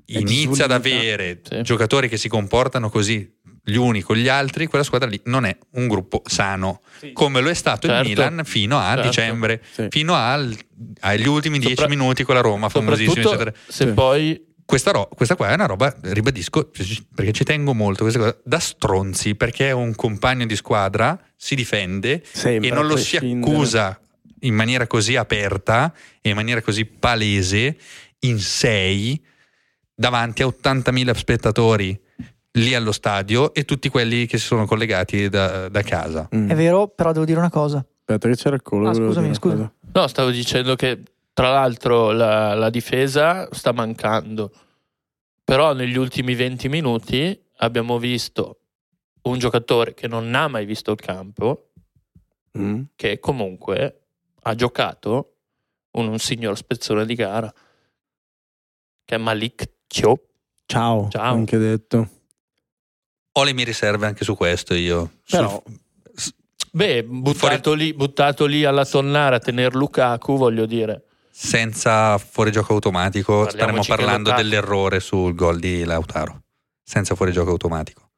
[SPEAKER 3] inizia
[SPEAKER 1] disunita.
[SPEAKER 3] ad avere
[SPEAKER 4] Sì.
[SPEAKER 3] giocatori che si comportano così gli uni con gli altri, quella squadra lì non è un gruppo sano, come lo è stato
[SPEAKER 4] Certo.
[SPEAKER 3] il Milan fino a
[SPEAKER 4] Certo.
[SPEAKER 3] dicembre,
[SPEAKER 1] Sì.
[SPEAKER 3] fino al- agli ultimi dieci
[SPEAKER 4] Sopra-
[SPEAKER 3] minuti con la Roma, famosissima,
[SPEAKER 4] soprattutto
[SPEAKER 3] eccetera.
[SPEAKER 4] se
[SPEAKER 1] Sì.
[SPEAKER 4] poi
[SPEAKER 3] Questa, ro- questa qua è una roba, ribadisco, perché ci tengo molto, questa cosa, da stronzi, perché è un compagno di squadra, si difende
[SPEAKER 1] Sempre,
[SPEAKER 3] e non
[SPEAKER 1] a
[SPEAKER 3] lo si
[SPEAKER 1] prescindere.
[SPEAKER 3] accusa in maniera così aperta e in maniera così palese in sei davanti a 80.000 spettatori lì allo stadio e tutti quelli che si sono collegati da, da casa.
[SPEAKER 1] Mm.
[SPEAKER 2] È vero, però devo dire una cosa.
[SPEAKER 1] Aspetta che c'era il collo.
[SPEAKER 2] Ah,
[SPEAKER 1] volevo
[SPEAKER 2] scusami,
[SPEAKER 1] dire
[SPEAKER 2] scusa.
[SPEAKER 1] una cosa.
[SPEAKER 4] No, stavo dicendo che tra l'altro la, la difesa sta mancando, però negli ultimi 20 minuti abbiamo visto un giocatore che non ha mai visto il campo,
[SPEAKER 1] Mm.
[SPEAKER 4] che comunque ha giocato un, un signor spezzone di gara, che è Malik Thiop.
[SPEAKER 1] Ciao.
[SPEAKER 4] Ciao.
[SPEAKER 1] Anche detto.
[SPEAKER 3] Ole mi riserve anche su questo io. Sul-
[SPEAKER 1] Però-
[SPEAKER 3] s-
[SPEAKER 4] Beh, buttato lì, buttato lì alla tonnara a tenere Lukaku, voglio dire.
[SPEAKER 3] senza fuorigioco automatico, staremo
[SPEAKER 4] Parliamoci che
[SPEAKER 3] parlando
[SPEAKER 4] Lukaku-
[SPEAKER 3] dell'errore sul gol di Lautaro. Senza fuorigioco automatico.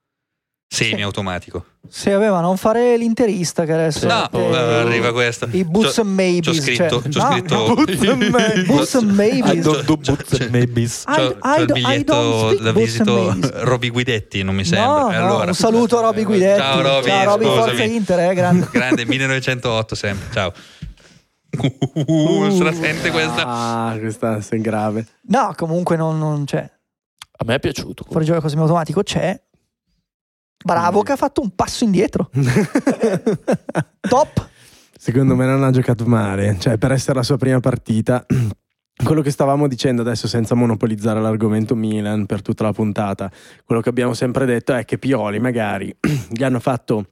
[SPEAKER 3] Semi-automatico.
[SPEAKER 2] Se aveva non fare l'interista che adesso...
[SPEAKER 3] No,
[SPEAKER 2] eh,
[SPEAKER 3] eh, arriva questo.
[SPEAKER 2] I boots
[SPEAKER 3] C'ho-
[SPEAKER 2] and maybes.
[SPEAKER 3] c'ho scritto-
[SPEAKER 2] cioè,
[SPEAKER 3] c'ho
[SPEAKER 2] no,
[SPEAKER 3] scritto-
[SPEAKER 2] no, Boots and
[SPEAKER 3] Ah,
[SPEAKER 4] I
[SPEAKER 2] maybes.
[SPEAKER 4] don't do
[SPEAKER 3] C'ho-
[SPEAKER 4] boots
[SPEAKER 3] c'ho-
[SPEAKER 4] and maybes.
[SPEAKER 2] I-
[SPEAKER 3] C'ho,
[SPEAKER 2] I
[SPEAKER 3] c'ho il
[SPEAKER 2] don't- I don't speak
[SPEAKER 3] biglietto da
[SPEAKER 2] boots and
[SPEAKER 3] visito
[SPEAKER 2] maybes.
[SPEAKER 3] Roby Guidetti, non mi sembra.
[SPEAKER 2] No, no,
[SPEAKER 3] Allora.
[SPEAKER 2] un saluto a Roby Guidetti.
[SPEAKER 3] Ciao Roby,
[SPEAKER 2] Ciao Roby,
[SPEAKER 3] scusami.
[SPEAKER 2] forza Inter, eh, grande.
[SPEAKER 3] Grande, 1908 sempre, ciao. Uh, se la sente questa.
[SPEAKER 1] Ah, questa è grave.
[SPEAKER 2] No, comunque non, non c'è.
[SPEAKER 4] A me è piaciuto.
[SPEAKER 2] Fuori gioco semiautomatico c'è. Bravo
[SPEAKER 1] Mm.
[SPEAKER 2] che ha fatto un passo indietro. Top.
[SPEAKER 1] Secondo me non ha giocato male, cioè per essere la sua prima partita. Quello che stavamo dicendo adesso, senza monopolizzare l'argomento Milan per tutta la puntata, quello che abbiamo sempre detto è che Pioli magari gli hanno fatto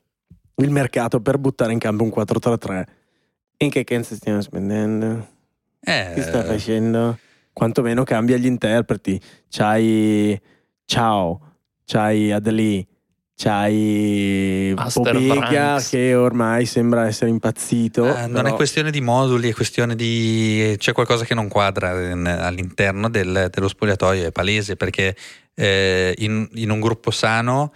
[SPEAKER 1] il mercato per buttare in campo un 4-3-3. In che cazzo stiamo spendendo?
[SPEAKER 3] Eh,
[SPEAKER 1] Che sta facendo? Quantomeno cambia gli interpreti. C'hai Ciao, c'hai Adli, C'hai
[SPEAKER 4] Master
[SPEAKER 1] Pobega
[SPEAKER 4] Branks.
[SPEAKER 1] che ormai sembra essere impazzito.
[SPEAKER 3] Eh, non è
[SPEAKER 1] però-
[SPEAKER 3] questione di moduli, è questione di. c'è qualcosa che non quadra in- all'interno del- dello spogliatoio, è palese perché eh, in, in un gruppo sano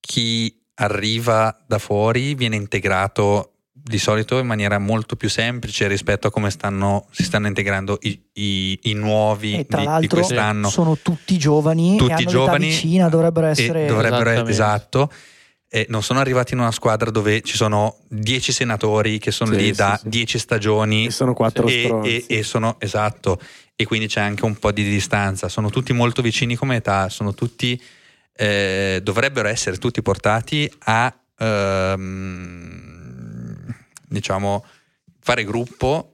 [SPEAKER 3] chi arriva da fuori viene integrato di solito in maniera molto più semplice rispetto a come stanno, si stanno integrando i, i- i nuovi
[SPEAKER 2] E tra
[SPEAKER 3] di, di
[SPEAKER 2] l'altro
[SPEAKER 3] quest'anno.
[SPEAKER 2] sono tutti giovani e
[SPEAKER 3] Tutti
[SPEAKER 2] hanno
[SPEAKER 3] giovani
[SPEAKER 2] l'età vicina, dovrebbero
[SPEAKER 3] e
[SPEAKER 2] essere
[SPEAKER 3] dovrebbero-
[SPEAKER 4] Esattamente.
[SPEAKER 3] esatto. E non sono arrivati in una squadra dove ci sono 10 senatori che sono
[SPEAKER 1] Sì,
[SPEAKER 3] lì
[SPEAKER 1] sì,
[SPEAKER 3] da
[SPEAKER 1] sì.
[SPEAKER 3] 10 stagioni
[SPEAKER 1] E sono quattro
[SPEAKER 3] e,
[SPEAKER 1] stronzi.
[SPEAKER 3] e- e sono esatto e quindi c'è anche un po' di distanza sono tutti molto vicini come età sono tutti eh, dovrebbero essere tutti portati a ehm, diciamo fare gruppo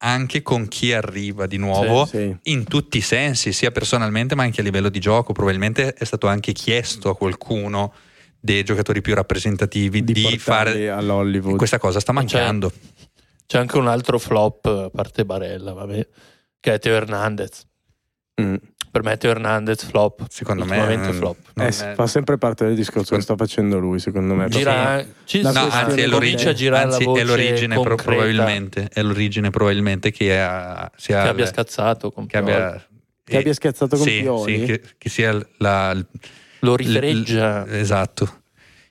[SPEAKER 3] anche con chi arriva di nuovo
[SPEAKER 1] Sì.
[SPEAKER 3] in tutti i sensi, sia personalmente ma anche a livello di gioco. Probabilmente è stato anche chiesto a qualcuno dei giocatori più rappresentativi
[SPEAKER 1] Di
[SPEAKER 3] di,
[SPEAKER 1] portarli Cioè,
[SPEAKER 3] fare
[SPEAKER 1] all'Hollywood.
[SPEAKER 3] e Questa cosa sta mancando.
[SPEAKER 4] C'è anche un altro flop, a parte Barella, vabbè, che è Teo Hernandez.
[SPEAKER 1] Mm.
[SPEAKER 4] Per me Teo Hernandez flop.
[SPEAKER 3] Secondo me
[SPEAKER 4] Ultimamente
[SPEAKER 3] mm,
[SPEAKER 4] flop.
[SPEAKER 3] non
[SPEAKER 1] Eh,
[SPEAKER 3] è-
[SPEAKER 1] fa sempre parte del discorso che sta facendo lui, secondo me. Proprio-
[SPEAKER 4] Gira, ci-
[SPEAKER 1] La
[SPEAKER 4] sì,
[SPEAKER 3] No,
[SPEAKER 1] questione
[SPEAKER 3] anzi, è
[SPEAKER 1] comincia
[SPEAKER 3] l'origine,
[SPEAKER 4] a girare la
[SPEAKER 3] anzi, è
[SPEAKER 4] voce
[SPEAKER 3] l'origine pro-
[SPEAKER 4] concreta
[SPEAKER 3] probabilmente, è l'origine probabilmente che, ha- sia
[SPEAKER 4] che abbia
[SPEAKER 3] il-
[SPEAKER 4] scazzato con
[SPEAKER 3] che abbia- eh,
[SPEAKER 4] Pioli.
[SPEAKER 1] Che abbia schiazzato con
[SPEAKER 3] sì,
[SPEAKER 1] Pioli?
[SPEAKER 3] sì, che, che sia la,
[SPEAKER 4] lo
[SPEAKER 3] l-
[SPEAKER 4] rifereggia
[SPEAKER 3] l- esatto.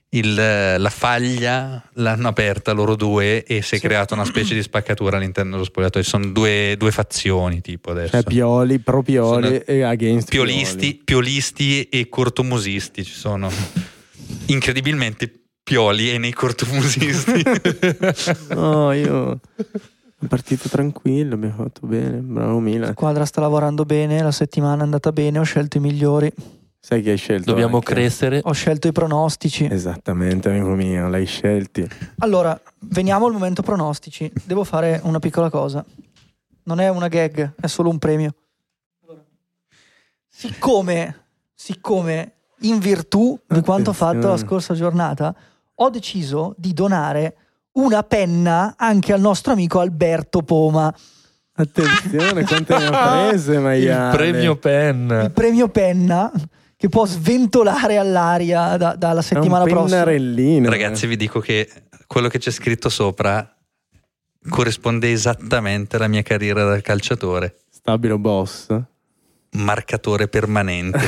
[SPEAKER 3] Il, eh, la faglia l'hanno aperta loro due e si è
[SPEAKER 2] Sì.
[SPEAKER 3] creata una specie di spaccatura all'interno dello spogliatoio. Ci Sono due, due fazioni, tipo adesso.
[SPEAKER 1] Cioè Pioli, pro Pioli
[SPEAKER 3] Sono
[SPEAKER 1] e against
[SPEAKER 3] piolisti, piolisti e cortomusisti ci sono. Incredibilmente pioli e nei cortomusisti.
[SPEAKER 1] Pioli. No, io... È partito tranquillo, abbiamo fatto bene, bravo
[SPEAKER 2] La
[SPEAKER 1] Milan.
[SPEAKER 2] squadra sta lavorando bene, la settimana è andata bene, ho scelto i migliori,
[SPEAKER 1] Sai che hai scelto?
[SPEAKER 4] dobbiamo
[SPEAKER 1] anche?
[SPEAKER 4] crescere
[SPEAKER 2] ho scelto i pronostici.
[SPEAKER 1] Esattamente, amico mio, l'hai scelti.
[SPEAKER 2] Allora, veniamo al momento pronostici. Devo fare una piccola cosa. Non è una gag, è solo un premio. Allora, Siccome, siccome in virtù di quanto ho fatto la
[SPEAKER 1] Attenzione.
[SPEAKER 2] scorsa giornata, ho deciso di donare una penna anche al nostro amico Alberto Poma.
[SPEAKER 1] Attenzione, quante ne ha prese, maiale.
[SPEAKER 4] il premio
[SPEAKER 1] Eh.
[SPEAKER 2] Il
[SPEAKER 4] pen
[SPEAKER 2] premio penna che può sventolare all'aria da- dalla
[SPEAKER 1] È un
[SPEAKER 2] settimana prossima.
[SPEAKER 1] pennarellino. eh.
[SPEAKER 3] Ragazzi, vi dico che quello che c'è scritto sopra corrisponde esattamente alla mia carriera da calciatore,
[SPEAKER 1] Stabilo boss.
[SPEAKER 3] marcatore permanente.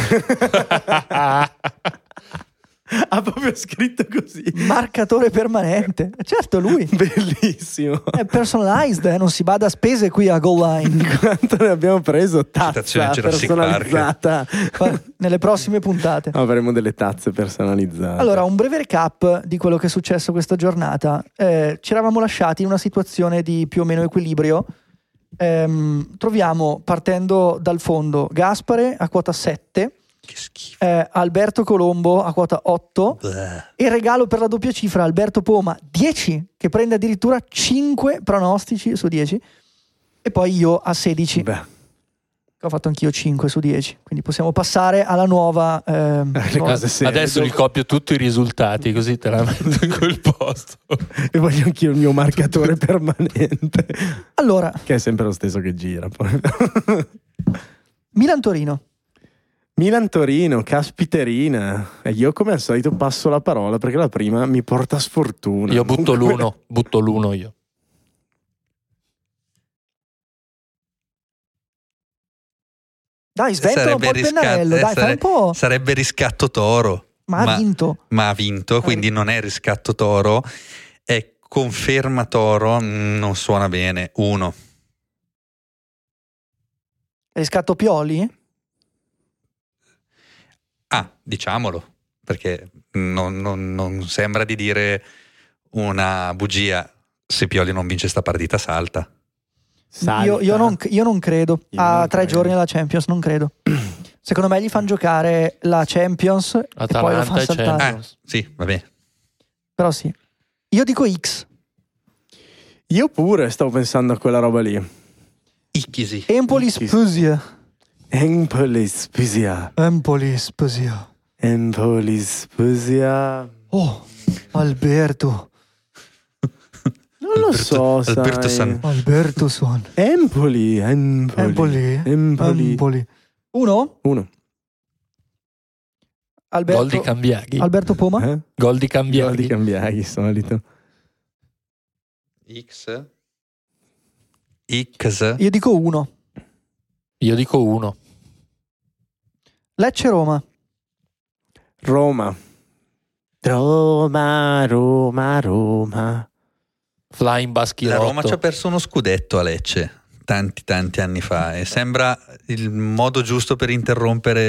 [SPEAKER 1] ha proprio scritto così.
[SPEAKER 2] Marcatore permanente. Certo, lui.
[SPEAKER 1] Bellissimo.
[SPEAKER 2] È personalized, eh, non si bada a spese qui a goal line.
[SPEAKER 1] Quanto ne abbiamo preso?
[SPEAKER 3] Citazione
[SPEAKER 1] Tazza
[SPEAKER 3] a Jurassic
[SPEAKER 1] personalizzata.
[SPEAKER 2] Fa- Nelle prossime puntate.
[SPEAKER 1] Avremo delle tazze personalizzate.
[SPEAKER 2] Allora, un breve recap di quello che è successo questa giornata. Eh, ci eravamo lasciati in una situazione di più o meno equilibrio. Ehm, troviamo, partendo dal fondo, Gaspare a quota 7,
[SPEAKER 3] che schifo.
[SPEAKER 2] eh, Alberto Colombo a quota 8
[SPEAKER 3] Bleh.
[SPEAKER 2] e regalo per la doppia cifra Alberto Poma 10, che prende addirittura 5 pronostici su 10 e poi io a 16.
[SPEAKER 1] Beh,
[SPEAKER 2] che ho fatto anch'io 5 su 10. Quindi possiamo passare alla nuova. ehm,
[SPEAKER 1] le
[SPEAKER 2] nuova-
[SPEAKER 1] cose serie.
[SPEAKER 4] Eh, adesso li copio tutti i risultati così te la metto in quel posto
[SPEAKER 1] E voglio anch'io il mio marcatore permanente,
[SPEAKER 2] Allora,
[SPEAKER 1] che è sempre lo stesso che gira. poi.
[SPEAKER 2] Milan-Torino.
[SPEAKER 1] Milan-Torino, caspiterina. E io come al solito passo la parola perché la prima mi porta sfortuna.
[SPEAKER 4] io butto
[SPEAKER 1] Dunque-
[SPEAKER 4] l'uno butto l'uno io
[SPEAKER 2] Dai, sventola un po'
[SPEAKER 3] Sarebbe
[SPEAKER 2] il pennarello. Dai,
[SPEAKER 3] riscatto, eh,
[SPEAKER 2] fai un po'.
[SPEAKER 3] Sarebbe riscatto toro,
[SPEAKER 2] Ma ha vinto. Ah,
[SPEAKER 3] ma ha vinto, quindi non è riscatto toro, è conferma toro, mm, non suona bene. Uno.
[SPEAKER 2] Hai scatto Pioli?
[SPEAKER 3] Ah, diciamolo, perché non, non- non sembra di dire una bugia. Se Pioli non vince sta partita, salta.
[SPEAKER 1] Salta.
[SPEAKER 2] Io, io non, io non credo.
[SPEAKER 1] Io
[SPEAKER 2] ha
[SPEAKER 1] non
[SPEAKER 2] tre
[SPEAKER 1] credo.
[SPEAKER 2] giorni alla Champions, non credo. Secondo me gli fanno giocare la Champions e poi lo
[SPEAKER 4] Atalanta
[SPEAKER 2] fanno
[SPEAKER 4] e
[SPEAKER 2] saltare.
[SPEAKER 4] Champions.
[SPEAKER 3] Ah, sì, va bene.
[SPEAKER 2] Però sì. Io dico X.
[SPEAKER 1] Io pure stavo pensando a quella roba lì.
[SPEAKER 3] Ah, Ichisi.
[SPEAKER 2] Empoli
[SPEAKER 1] X.
[SPEAKER 2] Spusia.
[SPEAKER 1] Empoli Spezia.
[SPEAKER 2] Empoli Spusia.
[SPEAKER 1] Empoli Spezia.
[SPEAKER 2] Oh, Alberto.
[SPEAKER 1] Non lo so,
[SPEAKER 3] Alberto- Alberto
[SPEAKER 1] sai.
[SPEAKER 3] San-
[SPEAKER 2] Alberto Suon.
[SPEAKER 1] Empoli, Empoli.
[SPEAKER 2] Empoli.
[SPEAKER 1] Empoli.
[SPEAKER 2] Empoli. Uno?
[SPEAKER 1] Uno.
[SPEAKER 2] Alberto,
[SPEAKER 4] Gol di Cambiaghi.
[SPEAKER 2] Alberto Poma?
[SPEAKER 1] Eh?
[SPEAKER 4] Gol di Cambiaghi.
[SPEAKER 1] Gol di Cambiaghi, solito.
[SPEAKER 3] X. X.
[SPEAKER 2] Io dico uno.
[SPEAKER 4] Io dico uno.
[SPEAKER 2] Lecce-Roma.
[SPEAKER 1] Roma. Roma, Roma, Roma.
[SPEAKER 4] Flying
[SPEAKER 3] La
[SPEAKER 4] Baschirotto.
[SPEAKER 3] Roma ci ha perso uno scudetto a Lecce tanti tanti anni fa e sembra il modo giusto per interrompere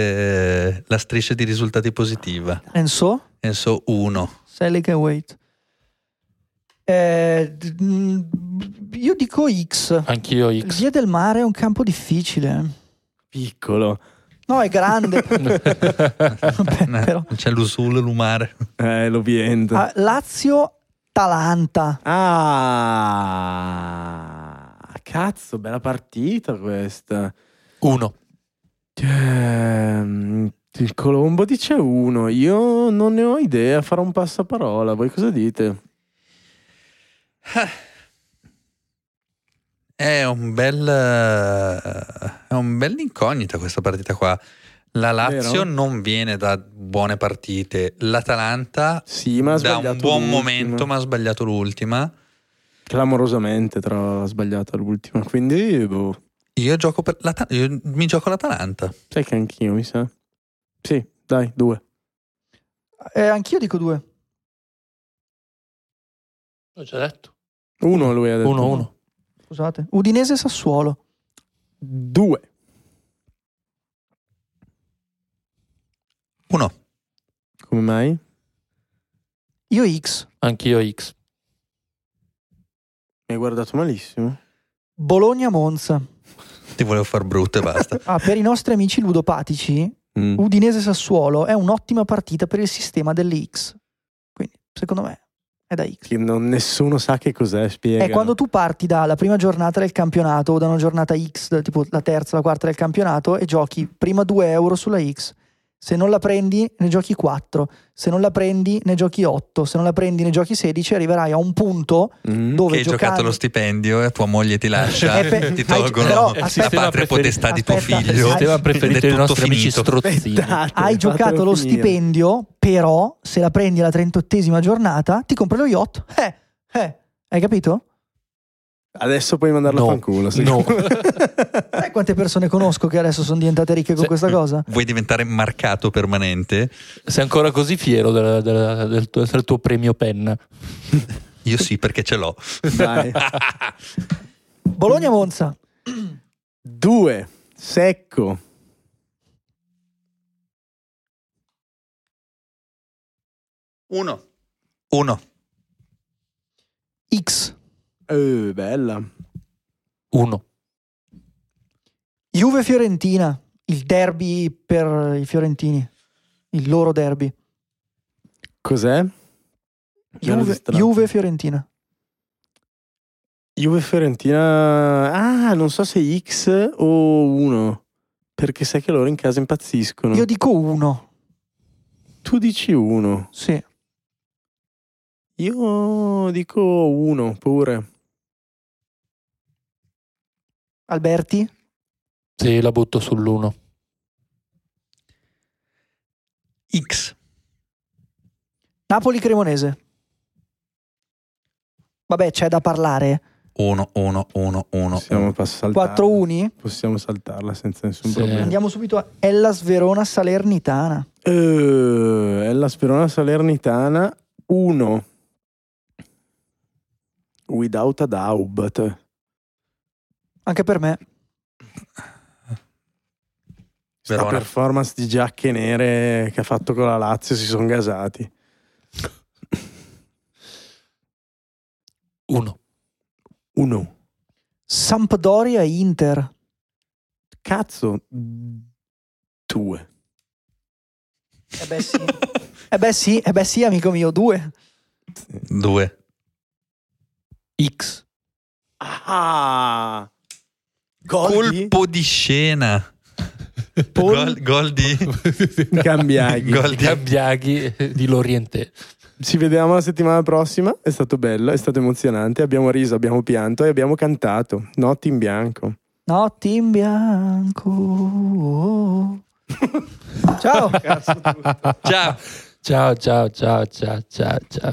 [SPEAKER 3] eh, la striscia di risultati positiva.
[SPEAKER 2] Enso?
[SPEAKER 3] Penso uno.
[SPEAKER 2] Selig e Wait. Eh, d- mm, io dico X.
[SPEAKER 4] Anch'io
[SPEAKER 2] Il
[SPEAKER 4] X.
[SPEAKER 2] Via del Mare è un campo difficile.
[SPEAKER 1] Piccolo.
[SPEAKER 2] No, è grande. Vabbè,
[SPEAKER 3] Eh,
[SPEAKER 2] però.
[SPEAKER 3] C'è l'Usul, l'Umare.
[SPEAKER 1] Eh, l'Obiente.
[SPEAKER 2] Ah, Lazio-Talanta.
[SPEAKER 1] Ah, cazzo, bella partita questa.
[SPEAKER 4] Uno.
[SPEAKER 1] Ehm, il Colombo dice uno. Io non ne ho idea. Farò un passaparola. Voi cosa dite?
[SPEAKER 3] Ah. È un bel eh, è un bel incognita questa partita qua. La Lazio
[SPEAKER 1] Vero?
[SPEAKER 3] non viene da buone partite, l'Atalanta
[SPEAKER 1] Sì, ma ha
[SPEAKER 3] da
[SPEAKER 1] sbagliato
[SPEAKER 3] un buon
[SPEAKER 1] l'ultima.
[SPEAKER 3] momento ma ha sbagliato l'ultima.
[SPEAKER 1] Clamorosamente, tra ha sbagliato l'ultima. Quindi, boh,
[SPEAKER 3] Io, gioco per l'Ata- io mi gioco l'Atalanta.
[SPEAKER 1] sai che anch'io mi sa. Sì, dai, due.
[SPEAKER 2] Eh, anch'io dico due.
[SPEAKER 4] L'ho già detto.
[SPEAKER 1] Uno lui ha detto.
[SPEAKER 4] Uno, uno.
[SPEAKER 2] Scusate. Udinese-Sassuolo.
[SPEAKER 1] Due.
[SPEAKER 3] Uno.
[SPEAKER 1] Come mai?
[SPEAKER 2] Io X.
[SPEAKER 4] Anch'io X.
[SPEAKER 1] Mi hai guardato malissimo.
[SPEAKER 2] Bologna-Monza.
[SPEAKER 3] Ti volevo far brutto e basta.
[SPEAKER 2] Ah, per i nostri amici ludopatici,
[SPEAKER 1] Mm.
[SPEAKER 2] Udinese-Sassuolo è un'ottima partita per il sistema delle X. Quindi, secondo me, è da X.
[SPEAKER 1] Che non- nessuno sa che cos'è, spiega.
[SPEAKER 2] È quando tu parti dalla prima giornata del campionato o da una giornata X, tipo la terza, la quarta del campionato, e giochi prima 2 euro sulla X. Se non la prendi, ne giochi 4. Se non la prendi, ne giochi 8. Se non la prendi, ne giochi 16. Arriverai a un punto
[SPEAKER 1] Mm.
[SPEAKER 3] che
[SPEAKER 2] dove
[SPEAKER 3] hai giocato
[SPEAKER 2] giocando...
[SPEAKER 3] lo stipendio e tua moglie ti lascia,
[SPEAKER 2] Eh, beh,
[SPEAKER 3] ti
[SPEAKER 2] però,
[SPEAKER 3] tolgono
[SPEAKER 2] aspetta,
[SPEAKER 3] la patria
[SPEAKER 4] preferito-
[SPEAKER 3] potestà di tuo
[SPEAKER 2] aspetta,
[SPEAKER 3] figlio.
[SPEAKER 2] aspetta.
[SPEAKER 4] Sistema preferito dei
[SPEAKER 3] tutto
[SPEAKER 4] nostri amici
[SPEAKER 3] finito.
[SPEAKER 4] strozzini.
[SPEAKER 1] Aspettate,
[SPEAKER 2] Hai giocato
[SPEAKER 1] fatelo
[SPEAKER 2] lo
[SPEAKER 1] finire.
[SPEAKER 2] stipendio, però se la prendi alla 38esima giornata, ti compri lo yacht. Eh, eh, hai capito?
[SPEAKER 1] Adesso puoi mandarlo
[SPEAKER 4] No.
[SPEAKER 1] a fanculo.
[SPEAKER 4] No.
[SPEAKER 2] Sai quante persone conosco che adesso sono diventate ricche con
[SPEAKER 4] Se-
[SPEAKER 2] questa cosa?
[SPEAKER 3] Vuoi diventare marcato permanente?
[SPEAKER 4] Sei ancora così fiero della- della- del, tuo, del tuo premio penna.
[SPEAKER 3] Io sì, perché ce l'ho.
[SPEAKER 1] Dai.
[SPEAKER 2] Bologna-Monza.
[SPEAKER 1] Due. Secco.
[SPEAKER 3] Uno. Uno.
[SPEAKER 2] X.
[SPEAKER 1] Eh, bella.
[SPEAKER 4] Uno.
[SPEAKER 2] Juve Fiorentina, il derby per i fiorentini, il loro derby.
[SPEAKER 1] Cos'è? Mi ero
[SPEAKER 2] Juve,
[SPEAKER 1] distratto.
[SPEAKER 2] Fiorentina.
[SPEAKER 1] Juve Fiorentina. Ah, non so se X o 1. Perché sai che loro in casa impazziscono.
[SPEAKER 2] Io dico uno,
[SPEAKER 1] Tu dici 1.
[SPEAKER 2] sì.
[SPEAKER 1] Io dico 1 pure.
[SPEAKER 2] Alberti,
[SPEAKER 4] Sì, la butto sull'uno.
[SPEAKER 3] X.
[SPEAKER 2] Napoli Cremonese. Vabbè, c'è da parlare.
[SPEAKER 3] Uno, uno, uno, uno.
[SPEAKER 1] Possiamo pas- saltarla.
[SPEAKER 2] 4 uni.
[SPEAKER 1] Possiamo saltarla senza nessun
[SPEAKER 4] Sì.
[SPEAKER 1] problema.
[SPEAKER 2] Andiamo subito a Ellas Verona Salernitana.
[SPEAKER 1] Eh, è la Sperona Salernitana 1 Without a doubt
[SPEAKER 2] Anche per me.
[SPEAKER 1] La
[SPEAKER 3] Verona.
[SPEAKER 1] performance di giacche nere che ha fatto con la Lazio si sono gasati
[SPEAKER 4] Uno.
[SPEAKER 1] 1
[SPEAKER 2] Sampdoria Inter.
[SPEAKER 1] Cazzo 2
[SPEAKER 2] Eh beh sì. eh beh sì, eh beh sì, amico mio, due.
[SPEAKER 3] Due.
[SPEAKER 4] X.
[SPEAKER 1] Ah Gol di
[SPEAKER 3] Colpo di scena.
[SPEAKER 1] Paul
[SPEAKER 3] Gol, gol di...
[SPEAKER 1] Cambiaghi
[SPEAKER 3] Gol di...
[SPEAKER 4] Cambiaghi eh, di Lorientè.
[SPEAKER 1] Ci vediamo la settimana prossima È stato bello, è stato emozionante Abbiamo riso, abbiamo pianto e abbiamo cantato Notti in bianco
[SPEAKER 2] Notti in bianco. Ciao.
[SPEAKER 1] Cazzo, tu.
[SPEAKER 3] Ciao.
[SPEAKER 4] Ciao, ciao, ciao, ciao, ciao, ciao.